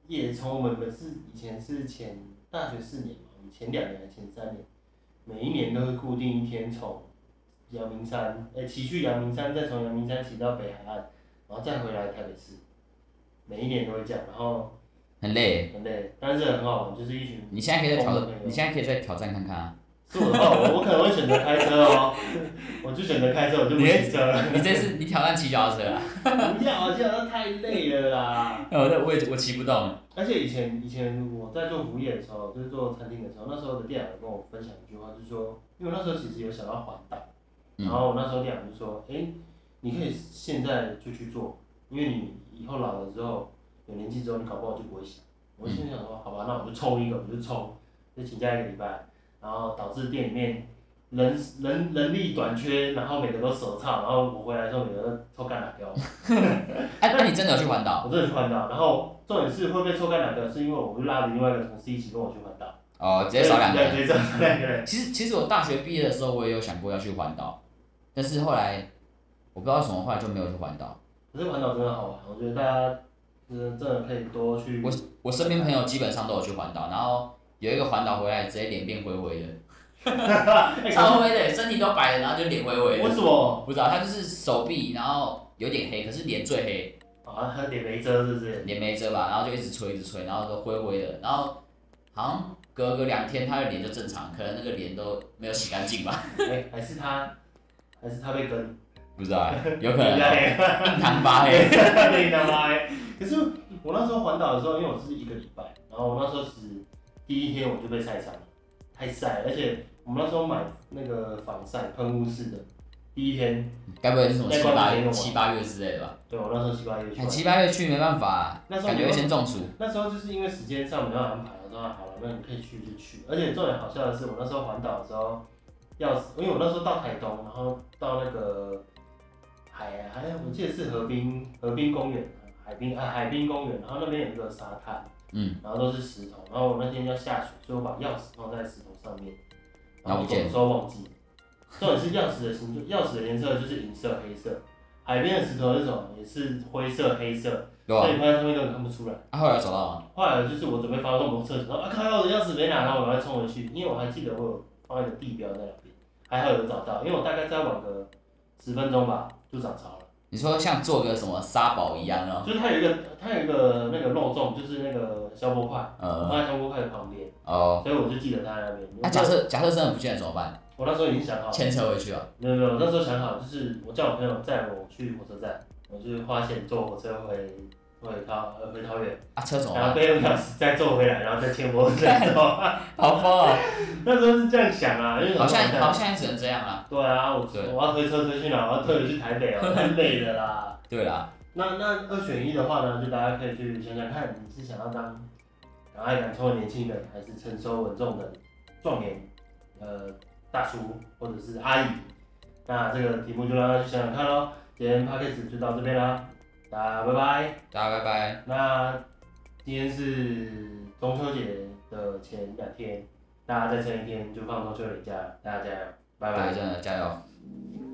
Speaker 1: 也从我们每次以前是前大学四年嘛，我们前两年、前三年，每一年都会固定一天从阳明山，哎、骑去阳明山，再从阳明山骑到北海岸，然后再回来台北市，每一年都会这样，然后
Speaker 2: 很累。
Speaker 1: 很累，但是很好玩，就是一群
Speaker 2: 你现在可以再
Speaker 1: 疯
Speaker 2: 挑
Speaker 1: 的朋，友
Speaker 2: 你现在可以再挑战看看啊！
Speaker 1: 是我的话，我我可能会选择开车哦，我就选择开车，我就不骑车了。
Speaker 2: 你
Speaker 1: [LAUGHS]
Speaker 2: 这次你挑战骑脚踏车啊？ [LAUGHS]
Speaker 1: 不要，这样太累了啦。
Speaker 2: 我这我也我骑不动。
Speaker 1: 嗯而且以前以前我在做服务业的时候，就是做餐厅的时候，那时候的店长跟我分享一句话，就是说，因为我那时候其实有想要环岛，然后我那时候店长就说，哎、你可以现在就去做，因为你以后老了之后，有年纪之后，你搞不好就不会想。我心里想说，好吧，那我就抽一个，我就抽，就请假一个礼拜，然后导致店里面人人人力短缺，然后每个都手操，然后我回来的时候，每个都抽干打掉。
Speaker 2: 哎，那你真的有去环岛？
Speaker 1: 啊我真的去环岛，然后重点是会被抽干两个，是因为我拉着另外一个同事一起跟我去环岛，
Speaker 2: 哦，直接少两个人。
Speaker 1: 对，直接少两个人。
Speaker 2: 其实其实我大学毕业的时候，我也有想过要去环岛，但是后来我不知道为什么，后来就没有去环岛。
Speaker 1: 可是环岛真的好玩，我觉得大家嗯真的可以多去。
Speaker 2: 我我身边朋友基本上都有去环岛，然后有一个环岛回来，直接脸变灰灰的，
Speaker 1: 哎
Speaker 2: 超灰的，身体都白的，然后就脸灰灰
Speaker 1: 为
Speaker 2: 的。
Speaker 1: 什么？
Speaker 2: 不知道他就是手臂，然后有点黑，可是脸最黑，
Speaker 1: 啊，他脸没遮是不是？
Speaker 2: 脸没遮吧，然后就一直吹一直吹，然后都灰灰的，然后好像隔个两天他的脸就正常，可能那个脸都没有洗干净吧， [LAUGHS]
Speaker 1: 哎、还是他，还是他被跟，
Speaker 2: 不知道、欸，有可
Speaker 1: [LAUGHS]
Speaker 2: 能
Speaker 1: 人家
Speaker 2: [LAUGHS] 哦
Speaker 1: 也
Speaker 2: 印堂发黑。
Speaker 1: 被他妈欸可是我那时候环岛的时候，因为我是一个礼拜，然后我那时候是第一天我就被晒伤了，太晒了，而且我们那时候买那个防晒喷雾式的，第一天，
Speaker 2: 该不会是什么七
Speaker 1: 那关
Speaker 2: 八
Speaker 1: 节
Speaker 2: 月
Speaker 1: 用吗
Speaker 2: 七八月之类的吧？
Speaker 1: 对我那时候七八月去
Speaker 2: 哎，
Speaker 1: 玩，
Speaker 2: 七八月去没办法、啊
Speaker 1: 那时候
Speaker 2: 感觉
Speaker 1: 没
Speaker 2: 会
Speaker 1: 有
Speaker 2: 先中暑。
Speaker 1: 那时候就是因为时间上没有安排，我说啊好了，那你可以去就去。而且重点好笑的是，我那时候环岛的时候，要是因为我那时候到台东，然后到那个海啊海，我记得是河滨河滨公园，海滨啊海滨公园，然后那边有一个沙滩，
Speaker 2: 嗯，
Speaker 1: 然后都是石头，然后我那天要下水，所以我把钥匙放在石头上面，然后
Speaker 2: 那不见
Speaker 1: 我手忘记了。重点是钥匙的形状，钥匙的颜色就是银色、黑色，海边的石头是什么？也是灰色、黑色，
Speaker 2: 对吧、
Speaker 1: 所以
Speaker 2: 啊？
Speaker 1: 你放在上面根本看不出来。
Speaker 2: 后来有找到吗？
Speaker 1: 后来就是我准备发动摩托车，想说啊靠，我的钥匙没拿，然后我赶快冲回去，因为我还记得我有放一个地标在那边，还好有找到，因为我大概再晚个十分钟吧就涨潮了，
Speaker 2: 你说像做个什么沙堡一样哦，
Speaker 1: 就是它有一个它有一个那个肉粽，就是那个消波块，放
Speaker 2: 呃，
Speaker 1: 在消波块的旁边，
Speaker 2: 哦，啊
Speaker 1: 所以我就记得它在那边。
Speaker 2: 那、假设假设真的不见了怎么办？
Speaker 1: 我那时候已经想好，
Speaker 2: 牵车回去啊？
Speaker 1: 没有没有，我那时候想好就是我叫我朋友载我去火车站，我去花钱坐火车回回桃呃回桃园，
Speaker 2: 啊，车怎么
Speaker 1: 然后
Speaker 2: 办？
Speaker 1: 背两个小时再坐回来，然后再牵摩托车走。
Speaker 2: 好疯哦！
Speaker 1: 那时候是这样想啊，因为
Speaker 2: 好像
Speaker 1: 想
Speaker 2: 好像也只能这样啦。
Speaker 1: 对啊，我
Speaker 2: 对
Speaker 1: 我要推车推去哪？我要推去台北
Speaker 2: [LAUGHS]
Speaker 1: 哦，太累了啦。
Speaker 2: 对啦，
Speaker 1: 那那二选一的话呢，就大家可以去想想看，你是想要当敢爱敢冲的年轻人，还是成熟稳重的壮年，呃，大叔或者是阿姨？那这个题目就让大家去想想看喽。今天 p o d c a s 就到这边啦，大家拜拜。
Speaker 2: 大家拜拜。
Speaker 1: 那今天是中秋节的前两天，大家再撑一天就放中秋连假了，大家加油，拜拜
Speaker 2: 对，。真的加油。